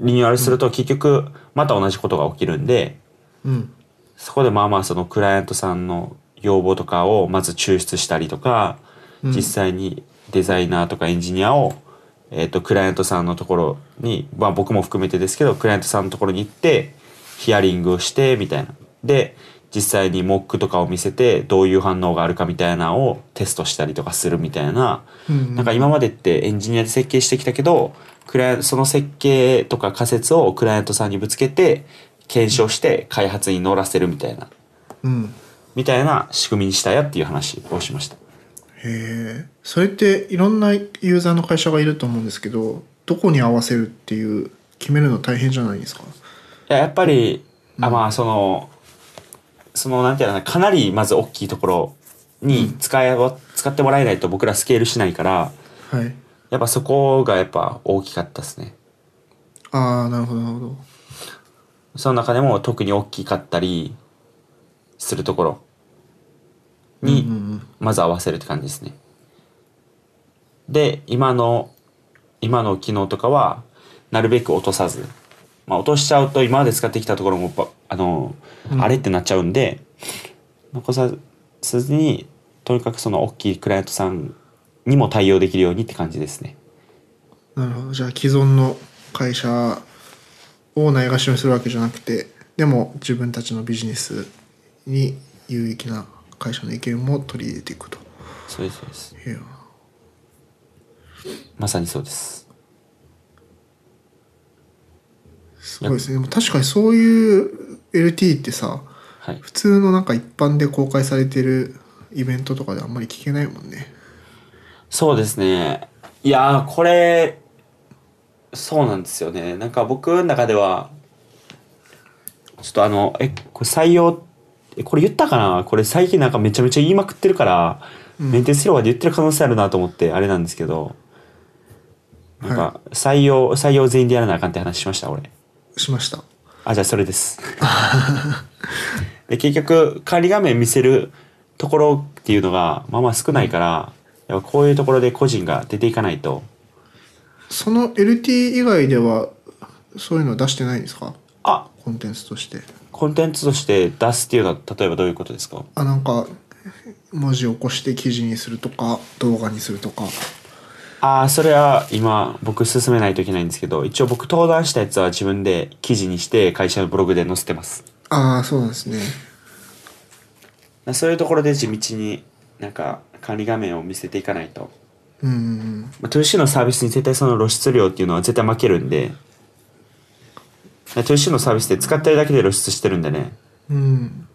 [SPEAKER 1] リニューアルすると結局また同じことが起きるんで
[SPEAKER 2] うん。
[SPEAKER 1] そこでまあまあそのクライアントさんの要望とかをまず抽出したりとか
[SPEAKER 2] うん
[SPEAKER 1] 実際にデザイナーとかエンジニアを、えー、とクライアントさんのところに、まあ、僕も含めてですけどクライアントさんのところに行ってヒアリングをしてみたいなで実際にモックとかを見せてどういう反応があるかみたいなのをテストしたりとかするみたいな
[SPEAKER 2] うん。
[SPEAKER 1] なんか今までってエンジニアで設計してきたけど、クライアンその設計とか仮説をクライアントさんにぶつけて、検証して開発に乗らせるみたいな、
[SPEAKER 2] うん。
[SPEAKER 1] みたいな仕組みにしたやっていう話をしました。
[SPEAKER 2] へえ。それっていろんなユーザーの会社がいると思うんですけど、どこに合わせるっていう決めるの大変じゃないですか。
[SPEAKER 1] いややっぱり、あまあその、そのなんていうのかな、かなりまず大きいところに使え、使ってもらえないと僕らスケールしないから、
[SPEAKER 2] はい。
[SPEAKER 1] やっぱそこがやっぱ大きかったですね。
[SPEAKER 2] ああ、なるほどなるほど。
[SPEAKER 1] その中でも特に大きかったりするところに、
[SPEAKER 2] うんうんうん
[SPEAKER 1] まず合わせるって感じですね。で、今の、今の機能とかは、なるべく落とさず。まあ、落としちゃうと、今まで使ってきたところもば、あの、あれってなっちゃうんで、残さずに、とにかくその大きいクライアントさんにも対応できるようにって感じですね。
[SPEAKER 2] なるほど。じゃあ既存の会社をないがしろにするわけじゃなくて、でも自分たちのビジネスに有益な会社の意見も取り入れていくと。
[SPEAKER 1] そうです、そうです。
[SPEAKER 2] いや
[SPEAKER 1] まさにそうです。
[SPEAKER 2] すごいですね。でも確かにそういう LT ってさ、
[SPEAKER 1] はい。
[SPEAKER 2] 普通のなんか一般で公開されてるイベントとかであんまり聞けないもんね。
[SPEAKER 1] そうですね。いやー、これ、そうなんですよねなんか僕の中ではちょっとあのえこれ採用えこれ言ったかなこれ最近なんかめちゃめちゃ言いまくってるから、
[SPEAKER 2] うん
[SPEAKER 1] メンテスローで言ってる可能性あるなと思ってあれなんですけどなん
[SPEAKER 2] は
[SPEAKER 1] か採用採用全員でやらなあかんって話しました俺
[SPEAKER 2] しました
[SPEAKER 1] あじゃあそれですで結局管理画面見せるところっていうのがまあまあ少ないから、やっぱこういうところで個人が出ていかないと
[SPEAKER 2] その LT 以外ではそういうの出してないんですか
[SPEAKER 1] あ
[SPEAKER 2] コンテンツとして
[SPEAKER 1] コンテンツとして出すっていうのは例えばどういうことですか
[SPEAKER 2] あなんか文字を起こして記事にするとか動画にするとか
[SPEAKER 1] ああそれは今僕進めないといけないんですけど一応僕登壇したやつは自分で記事にして会社のブログで載せてます
[SPEAKER 2] ああそうなんですね
[SPEAKER 1] そういうところで地道になんか管理画面を見せていかないと、
[SPEAKER 2] うんうんうん
[SPEAKER 1] まあ、2C のサービスに絶対その露出量っていうのは絶対負けるんでで 2C のサービスで使ってるだけで露出してるんでね
[SPEAKER 2] うん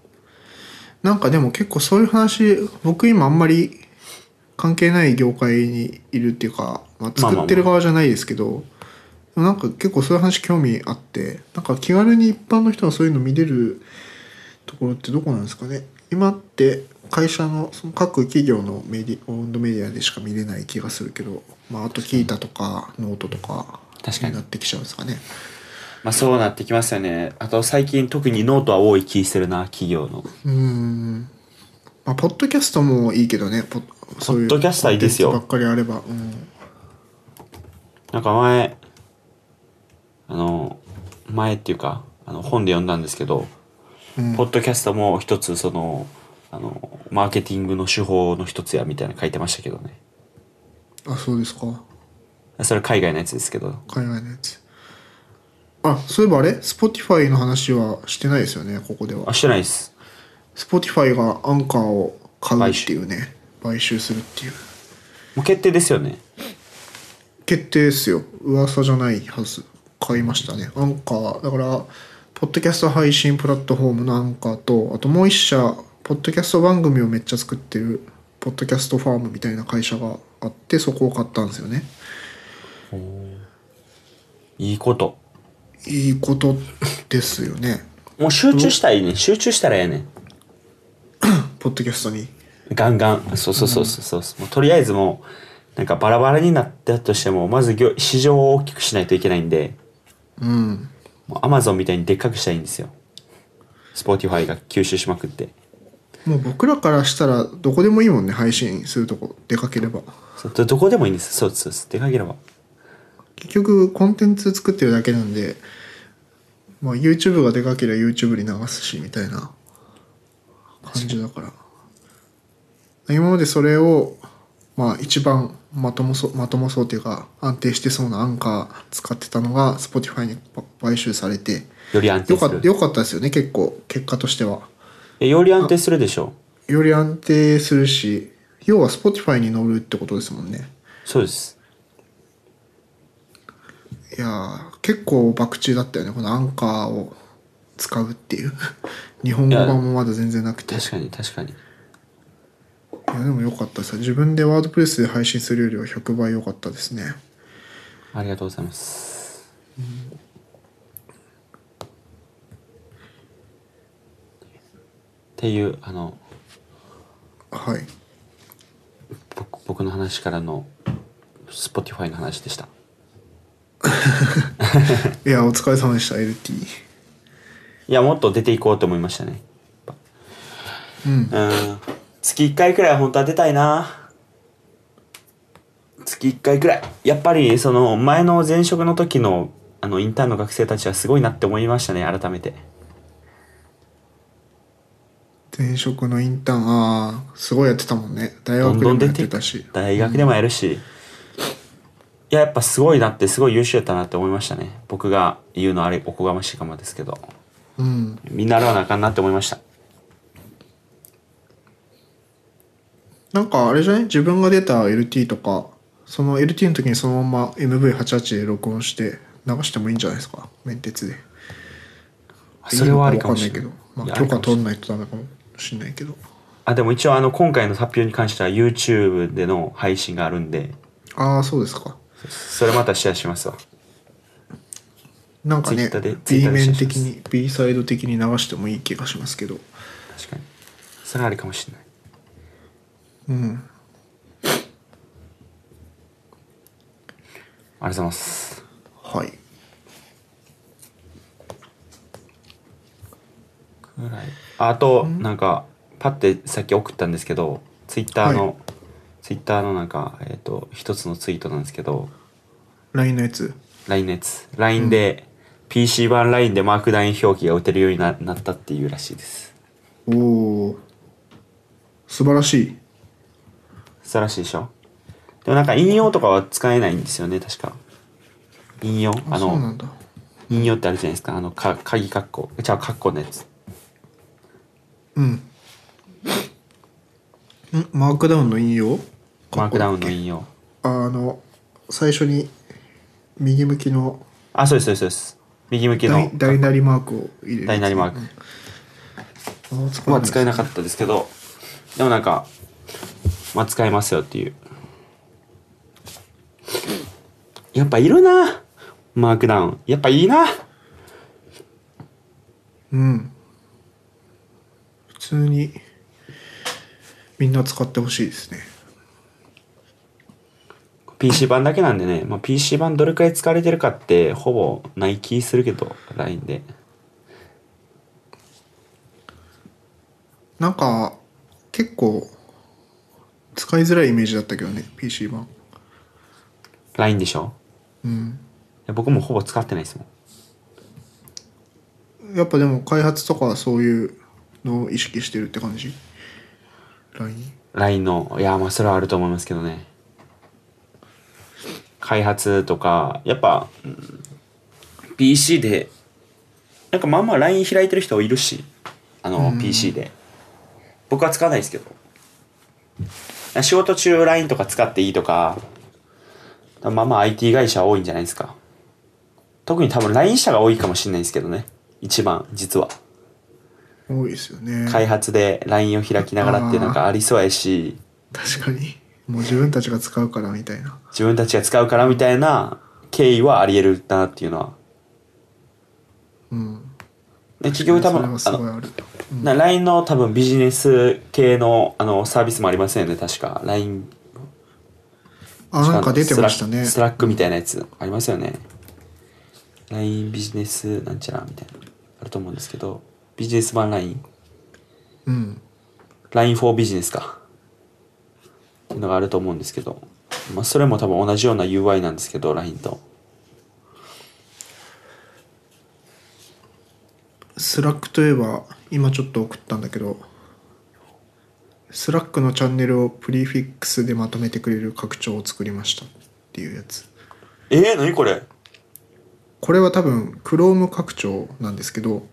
[SPEAKER 2] なんかでも結構そういう話僕今あんまり関係ない業界にいるっていうか、まあ、
[SPEAKER 1] まあまあ
[SPEAKER 2] 作ってる側じゃないですけど、でもなんか結構そういう話興味あってなんか気軽に一般の人がそういうの見れるところってどこなんですかね今って会社のその各企業のメディオウンドメディアでしか見れない気がするけど、まあ、あと聞いたとかノートとか
[SPEAKER 1] 確かに
[SPEAKER 2] なってきちゃうんですかね。
[SPEAKER 1] まあそうなってきますよねあと最近特にノートは多い気してるな企業の
[SPEAKER 2] うーんまあ、ポッドキャストもいいけどね、ポッそういう
[SPEAKER 1] ポッドキャストはいいですよ
[SPEAKER 2] コンテンツばっかりあれば、うん。
[SPEAKER 1] なんか前、あの、前っていうか、あの本で読んだんですけど、
[SPEAKER 2] うん
[SPEAKER 1] ポッドキャストも一つその、あの、マーケティングの手法の一つやみたいなの書いてましたけどね。
[SPEAKER 2] あ、そうですか。
[SPEAKER 1] それ海外のやつですけど。
[SPEAKER 2] 海外のやつ。あ、そういえばあれ ?Spotify の話はしてないですよね、ここで
[SPEAKER 1] あ、
[SPEAKER 2] は。
[SPEAKER 1] してないです。
[SPEAKER 2] Spotify がアンカーを買う
[SPEAKER 1] 買
[SPEAKER 2] っ
[SPEAKER 1] 収
[SPEAKER 2] ていうね、買収するっていう。
[SPEAKER 1] もう決定ですよね。
[SPEAKER 2] 決定ですよ。噂じゃないはず。買いましたね。アンカー。だから、ポッドキャスト配信プラットフォームのアンカーと、あともう一社、ポッドキャスト番組をめっちゃ作ってる、ポッドキャストファームみたいな会社があって、そこを買ったんですよね。
[SPEAKER 1] いいこと。
[SPEAKER 2] いいことですよね。
[SPEAKER 1] もう集中したらいいね。集中したらええねん。
[SPEAKER 2] ポッドキャストに。
[SPEAKER 1] ガンガン。そうそうそうそうそう。もうとりあえずもう、なんかバラバラになったとしても、まず業市場を大きくしないといけないんで、
[SPEAKER 2] うん。
[SPEAKER 1] もう Amazon みたいにでっかくしたいんですよ。Spotify が吸収しまくって。
[SPEAKER 2] もう僕らからしたら、どこでもいいもんね、配信するとこ、出かければ。
[SPEAKER 1] そうどどこでもいいんです。そうですそうです。出かければ。
[SPEAKER 2] 結局コンテンツ作ってるだけなんで、まあ、YouTube がでかければ YouTube に流すしみたいな感じだから今までそれをまあ一番まともそうまともそうというか安定してそうなアンカー使ってたのが Spotify にぱ買収されて
[SPEAKER 1] より安定
[SPEAKER 2] よ
[SPEAKER 1] す
[SPEAKER 2] か
[SPEAKER 1] る。
[SPEAKER 2] よかったですよね結構結果としては
[SPEAKER 1] えより安定するでしょ
[SPEAKER 2] より安定するし要は Spotify に乗るってことですもんね
[SPEAKER 1] う。そうです。
[SPEAKER 2] いやー結構博打だったよねこのアンカーを使うっていう <laughs> 日本語版もまだ全然なくてい
[SPEAKER 1] 確かに確かに。
[SPEAKER 2] やでも良かったですよ自分でワードプレスで配信するよりは100倍良かったですね
[SPEAKER 1] ありがとうございます。っていう、あの、
[SPEAKER 2] はい
[SPEAKER 1] 僕僕の話からの Spotify の話でした。
[SPEAKER 2] いやお疲れ様でした LT
[SPEAKER 1] いや、もっと出ていこうと思いましたね。
[SPEAKER 2] うん
[SPEAKER 1] うん。月1回くらいは本当は出たいな。月1回くらい。やっぱり、その、前の前職の時の、あの、インターンの学生たちはすごいなって思いましたね、改めて。
[SPEAKER 2] 前職のインターンああすごいやってたもんね大
[SPEAKER 1] ど
[SPEAKER 2] 学
[SPEAKER 1] ん
[SPEAKER 2] で
[SPEAKER 1] どん
[SPEAKER 2] も
[SPEAKER 1] 出
[SPEAKER 2] やっててたし
[SPEAKER 1] 大学でもやるし。いや、やっぱすごいなって、すごい優秀だったなって思いましたね。僕が言うのあれ、おこがましいかもですけど。
[SPEAKER 2] うん
[SPEAKER 1] 見習わなあかんなって思いました。
[SPEAKER 2] なんかあれじゃない自分が出た LT とかその LT の時にそのまま MV88 で録音して流してもいいんじゃないですかメンテツで
[SPEAKER 1] それはありかもしれない。
[SPEAKER 2] いいのかわかんな
[SPEAKER 1] い
[SPEAKER 2] いけ
[SPEAKER 1] や
[SPEAKER 2] ど、まあ、許可取んないとダメかもしれないけど
[SPEAKER 1] あ、でも一応、あの、今回の発表に関しては YouTube での配信があるんで、
[SPEAKER 2] ああそうですか
[SPEAKER 1] それまたシェアしますわ。
[SPEAKER 2] なんかね
[SPEAKER 1] Twitter で
[SPEAKER 2] B
[SPEAKER 1] Twitter でシェアし
[SPEAKER 2] 面
[SPEAKER 1] ます
[SPEAKER 2] 的に B サイド的に流してもいい気がしますけど
[SPEAKER 1] 確かにそれはあるかもしれない
[SPEAKER 2] うん
[SPEAKER 1] ありがとうございます
[SPEAKER 2] はい
[SPEAKER 1] ぐらいああとなんかパッてさっき送ったんですけどツイッターの、
[SPEAKER 2] はい
[SPEAKER 1] ツイッターのなんかえっ、と一つのツイートなんですけど
[SPEAKER 2] LINE のやつ
[SPEAKER 1] LINE のやつ LINE で、PC 版 LINE でマークダイン表記が打てるようにななったっていうらしいです
[SPEAKER 2] おお素晴らしい
[SPEAKER 1] 素晴らしいでしょでもなんか引用とかは使えないんですよね確か引用あ
[SPEAKER 2] そう
[SPEAKER 1] の
[SPEAKER 2] なんだ
[SPEAKER 1] 引用ってあるじゃないですかあのか鍵括弧じゃあ括弧のやつ
[SPEAKER 2] うんんマークダウンの引用
[SPEAKER 1] マークダウンの引用
[SPEAKER 2] あの最初に右向きの
[SPEAKER 1] あそうですそうですそうです右向きの
[SPEAKER 2] 大大なりマークを入れる
[SPEAKER 1] 大なりマーク、
[SPEAKER 2] あー使
[SPEAKER 1] まあ使えなか
[SPEAKER 2] っ
[SPEAKER 1] ったですけどでもなんかまあ使えますよっていうやっぱいるなマークダウンやっぱいいな
[SPEAKER 2] たうん普通にみんな使ってほしいですね
[SPEAKER 1] PC 版だけなんでね、まあ、PC 版どれくらい使われてるかってほぼない気するけど LINE で
[SPEAKER 2] なんか結構使いづらいイメージだったけどね PC 版
[SPEAKER 1] LINE でしょ
[SPEAKER 2] うん
[SPEAKER 1] いや僕もほぼ使ってないですもん
[SPEAKER 2] やっぱでも開発とかはそういうのを意識してるって感じ ?LINE?
[SPEAKER 1] LINE のいやまあそれはあると思いますけどね開発とかやっぱ、うん PC でなんかまあまあ LINE 開いてる人いるしあの PC で僕は使わないですけど仕事中 LINE とか使っていいとかまあまあ IT 会社多いんじゃないですか特に多分 LINE 社が多いかもしれないですけどね一番実は
[SPEAKER 2] 多いですよね。
[SPEAKER 1] 開発で LINE を開きながらってなんかありそうやし
[SPEAKER 2] 確かに。もう自分たちが使うからみたいな。
[SPEAKER 1] 自分たちが使うからみたいな経緯はありえるなっていうのは。
[SPEAKER 2] うん。
[SPEAKER 1] で結局多
[SPEAKER 2] それ
[SPEAKER 1] 分
[SPEAKER 2] はす
[SPEAKER 1] あ
[SPEAKER 2] ごい
[SPEAKER 1] の
[SPEAKER 2] ある。
[SPEAKER 1] な LINE の多分ビジネス系のあのサービスもありませんよね確か LINE
[SPEAKER 2] あ、なんか出てましたね。
[SPEAKER 1] スラックみたいなやつありますよね LINE ビジネスなんちゃらみたいなあると思うんですけどビジネス版 LINE
[SPEAKER 2] うん。
[SPEAKER 1] LINE for ビジネスかっていうのがあると思うんですけど、まあ、それも多分同じような UI なんですけど LINE と
[SPEAKER 2] スラックといえば、今ちょっと送ったんだけど、スラックのチャンネルをプリフィックスでまとめてくれる拡張を作りましたっていうやつ。
[SPEAKER 1] えー、何これ
[SPEAKER 2] これは多分 Chrome 拡張なんですけど、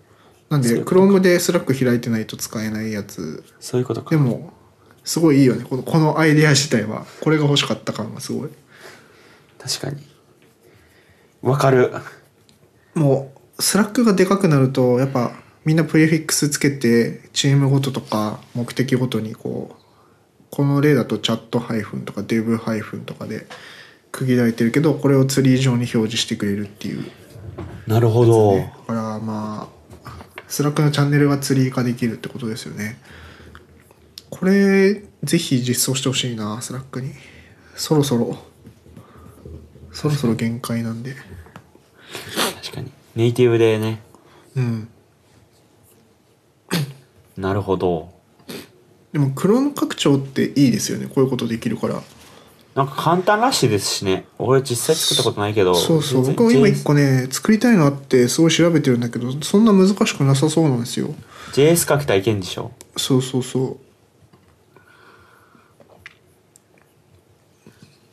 [SPEAKER 2] なん
[SPEAKER 1] そうい
[SPEAKER 2] で
[SPEAKER 1] うこと
[SPEAKER 2] Chrome でスラック開いてないと使えないやつ
[SPEAKER 1] そういうことか
[SPEAKER 2] でもすごいいいよねこのこのアイデア自体はこれが欲しかった感がすごい
[SPEAKER 1] 確かにわかる
[SPEAKER 2] もうスラックがでかくなるとやっぱみんなプレフィックスつけてチームごととか目的ごとにこうこの例だとチャットハイフンとかデブハイフンとかで区切られてるけどこれをツリー上に表示してくれるっていう
[SPEAKER 1] なるほど、
[SPEAKER 2] だからまあスラックのチャンネルはツリー化できるってことですよねこれぜひ実装してほしいなスラックにそろそろそろそろ限界なんで
[SPEAKER 1] 確かにネイティブでね
[SPEAKER 2] うん
[SPEAKER 1] なるほど
[SPEAKER 2] でも Chrome 拡張っていいですよねこういうことできるから
[SPEAKER 1] なんか簡単らしいですしね俺実際作ったことないけど
[SPEAKER 2] そうそう
[SPEAKER 1] 全
[SPEAKER 2] 僕
[SPEAKER 1] 然
[SPEAKER 2] も今一個ね作りたいのあってすごい調べてるんだけどそんな難しくなさそうなんですよ
[SPEAKER 1] JS 書きたいけんでしょ
[SPEAKER 2] そうそうそう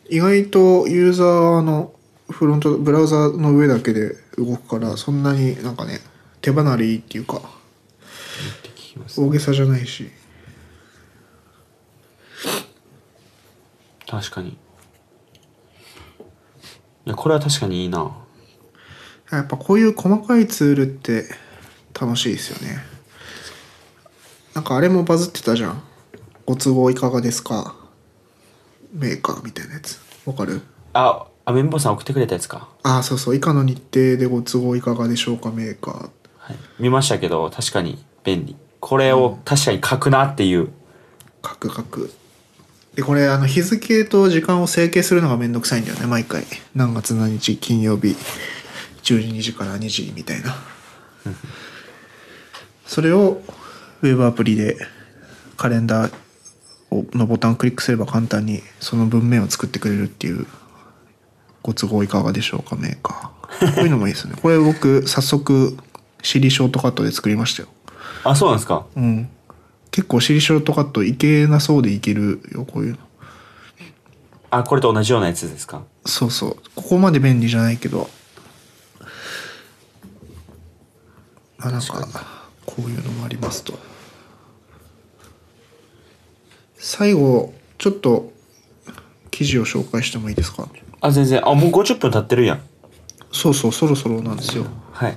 [SPEAKER 2] 意外とユーザーのフロントブラウザーの上だけで動くからそんなになんかね手離れいいっていうか
[SPEAKER 1] って聞きます
[SPEAKER 2] 大げさじゃないし
[SPEAKER 1] 確かにいやこれは確かにいいな
[SPEAKER 2] やっぱこういう細かいツールって楽しいですよねなんかあれもバズってたじゃんご都合いかがですかメーカーみたいなやつわかる
[SPEAKER 1] ああ、綿棒さん送ってくれたやつか。
[SPEAKER 2] あそうそう以下の日程でご都合いかがでしょうかメーカ
[SPEAKER 1] はい、見ましたけど、確かに便利。これを確かに書くなっていう。
[SPEAKER 2] ーカクカクでこれあの日付と時間を整形するのがめんどくさいんだよね毎回何月何日金曜日12時から2時みたいなそれをウェブアプリでカレンダーをのボタンをクリックすれば簡単にその文面を作ってくれるっていうご都合いかがでしょうかメーカーこういうのもいいですねこれ僕早速 Siri ショートカットで作りましたよ
[SPEAKER 1] あ、そうなんですか。
[SPEAKER 2] うん。結構シリショートカットいけなそうでいけるよ、こういうの。
[SPEAKER 1] あ、これと同じようなやつですか。
[SPEAKER 2] そうそう。ここまで便利じゃないけど。まあなんか、こういうのもありますと。最後、ちょっと、記事を紹介してもいいですか
[SPEAKER 1] あ、全然。あ、もう50分経ってるやん。
[SPEAKER 2] そうそう、そろそろなんですよ。
[SPEAKER 1] はい。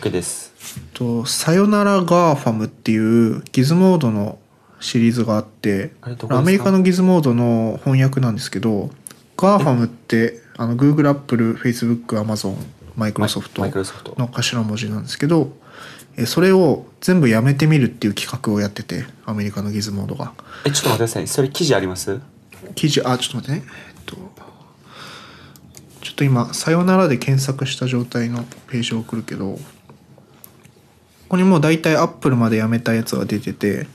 [SPEAKER 1] OK です。
[SPEAKER 2] と、さよならガーファムっていうギズモードのシリーズがあって、
[SPEAKER 1] あれどこですか
[SPEAKER 2] アメリカのギズモードの翻訳なんですけど、ガーファムって、あの、Google、Apple、Facebook、Amazon、
[SPEAKER 1] マイク
[SPEAKER 2] Microsoft
[SPEAKER 1] ロソフト。
[SPEAKER 2] の頭文字なんですけど、えそれを全部やめてみるっていう企画をやってて、アメリカのギズモードが。
[SPEAKER 1] え、ちょっと待ってください。それ記事あります
[SPEAKER 2] 記事、あ、ちょっと待ってね。えっと、ちょっと今、さよならで検索した状態のページを送るけど、ここにもう大体アップルまでやめたやつが出てて、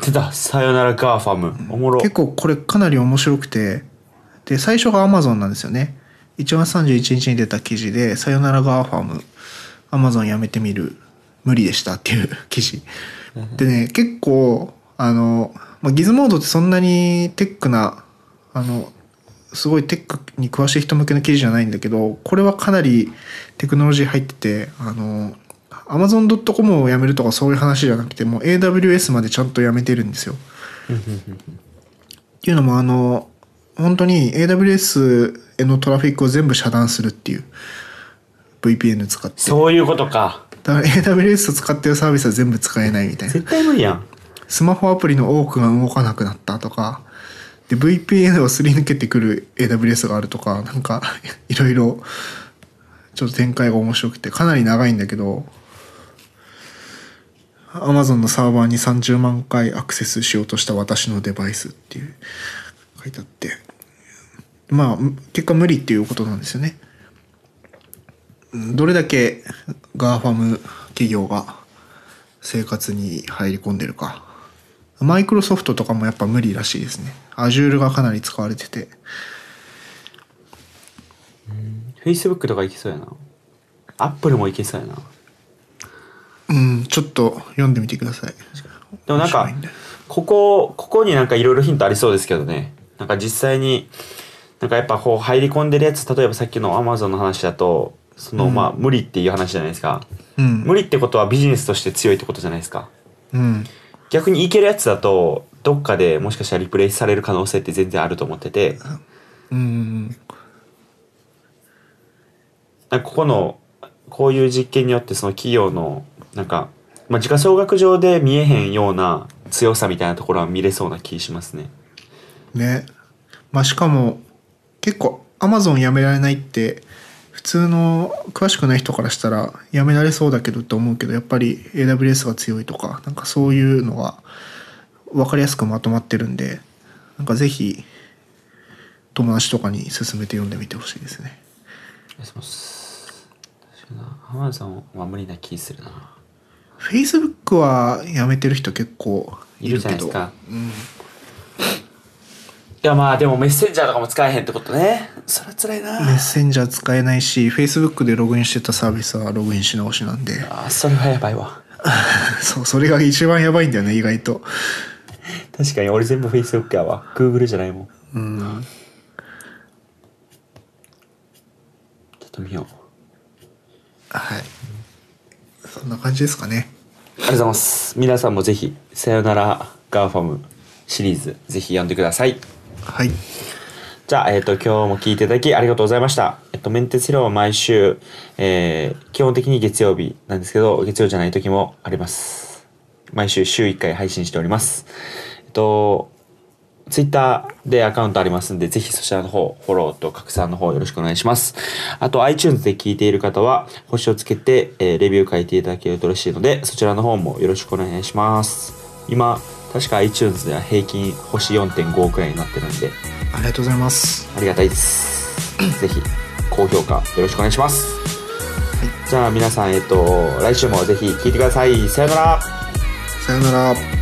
[SPEAKER 1] 出た。さよならガーファム。おもろ。
[SPEAKER 2] 結構これかなり面白くて、で、最初が Amazon なんですよね。1月31日に出た記事で、さよならガーファム、Amazon やめてみる、無理でしたっていう <laughs> 記事。でね、結構、あの、まあ、ギズモードってそんなにテックな、あの、すごいテックに詳しい人向けの記事じゃないんだけど、これはかなりテクノロジー入ってて、あの、Amazon.com をやめるとかそういう話じゃなくて、もう AWS までちゃんとやめてるんですよ。っていうのもあの本当に AWS へのトラフィックを全部遮断するっていう VPN 使って
[SPEAKER 1] そういうことか。
[SPEAKER 2] だから AWS を使ってるサービスは全部使えないみたいな
[SPEAKER 1] 絶対無理やん。
[SPEAKER 2] スマホアプリの多くが動かなくなったとかで VPN をすり抜けてくる AWS があるとかなんか <laughs> いろいろちょっと展開が面白くてかなり長いんだけど Amazon のサーバーに30万回アクセスしようとした私のデバイスっていう書いてあってまあ結果無理っていうことなんですよね。うんどれだけガーファム企業が生活に入り込んでるか。マイクロソフトとかもやっぱ無理らしいですね。Azure がかなり使われてて。
[SPEAKER 1] Facebook とかいけそうやな。Apple もいけそうやな。
[SPEAKER 2] うん、ちょっと読んでみてください。
[SPEAKER 1] でもなん
[SPEAKER 2] 面
[SPEAKER 1] か
[SPEAKER 2] 白いね、
[SPEAKER 1] ここ、ここになんかいろいろヒントありそうですけどね。なんか実際に、なんかやっぱこう入り込んでるやつ、例えばさっきの Amazon の話だと、そのまあ無理っていう話じゃないですか。
[SPEAKER 2] うん。
[SPEAKER 1] 無理ってことはビジネスとして強いってことじゃないですか。
[SPEAKER 2] うん。
[SPEAKER 1] 逆にいけるやつだと、どっかでもしかしたらリプレイスされる可能性って全然あると思ってて、
[SPEAKER 2] うんうん。
[SPEAKER 1] なんかここのこういう実験によってその企業のなんか、まあ、時価総額上で見えへんような強さみたいなところは見れそうな気しますね。
[SPEAKER 2] ね。まあしかも、結構 Amazon やめられないって、普通の詳しくない人からしたらやめられそうだけどって思うけど、やっぱり AWS が強いとか、なんかそういうのが分かりやすくまとまってるんで、なんかぜひ友達とかに勧めて読んでみてほしいですね。
[SPEAKER 1] お願いします確かにな浜田さんは無理な気するな。
[SPEAKER 2] Facebook はやめてる人結構い
[SPEAKER 1] いる
[SPEAKER 2] る
[SPEAKER 1] じゃな
[SPEAKER 2] け
[SPEAKER 1] いです
[SPEAKER 2] ど
[SPEAKER 1] か。いやまあでもメッセンジャーとかも使えへんってことね。それは辛い
[SPEAKER 2] メッ
[SPEAKER 1] な。
[SPEAKER 2] センジャー使えないし Facebook でログインしてたサービスはログインし直しなんで
[SPEAKER 1] あそれはやばいわ。
[SPEAKER 2] <laughs> そうそれが一番やばいんだよね意外と
[SPEAKER 1] 確かに俺全部 Facebook やわ。Google じゃないもん。
[SPEAKER 2] うん
[SPEAKER 1] ちょっと見よう。
[SPEAKER 2] はいそんな感じですかね
[SPEAKER 1] ありがとうございます。皆さんもぜひ、さよならガーファムシリーズ、ぜひ読んでください。
[SPEAKER 2] はい
[SPEAKER 1] じゃあ、えっ、と、今日も聞いていただきありがとうございました。えっと、メンテスローは毎週、えー基本的に月曜日なんですけど、月曜じゃない時もあります。毎週週1回配信しております。えっと、ツイッターでアカウントありますんで、ぜひそちらの方、フォローと拡散の方よろしくお願いします。あと、iTunes で聞いている方は、星をつけて、えーレビュー書いていただけると嬉しいので、そちらの方もよろしくお願いします。今、確か iTunes では平均星4.5くらいになってるんで、
[SPEAKER 2] ありがとうございます
[SPEAKER 1] ありがたいです。ぜひ、高評価よろしくお願いします。じゃあ皆さん、えっと、来週もぜひ聞いてください。さよなら。
[SPEAKER 2] さよなら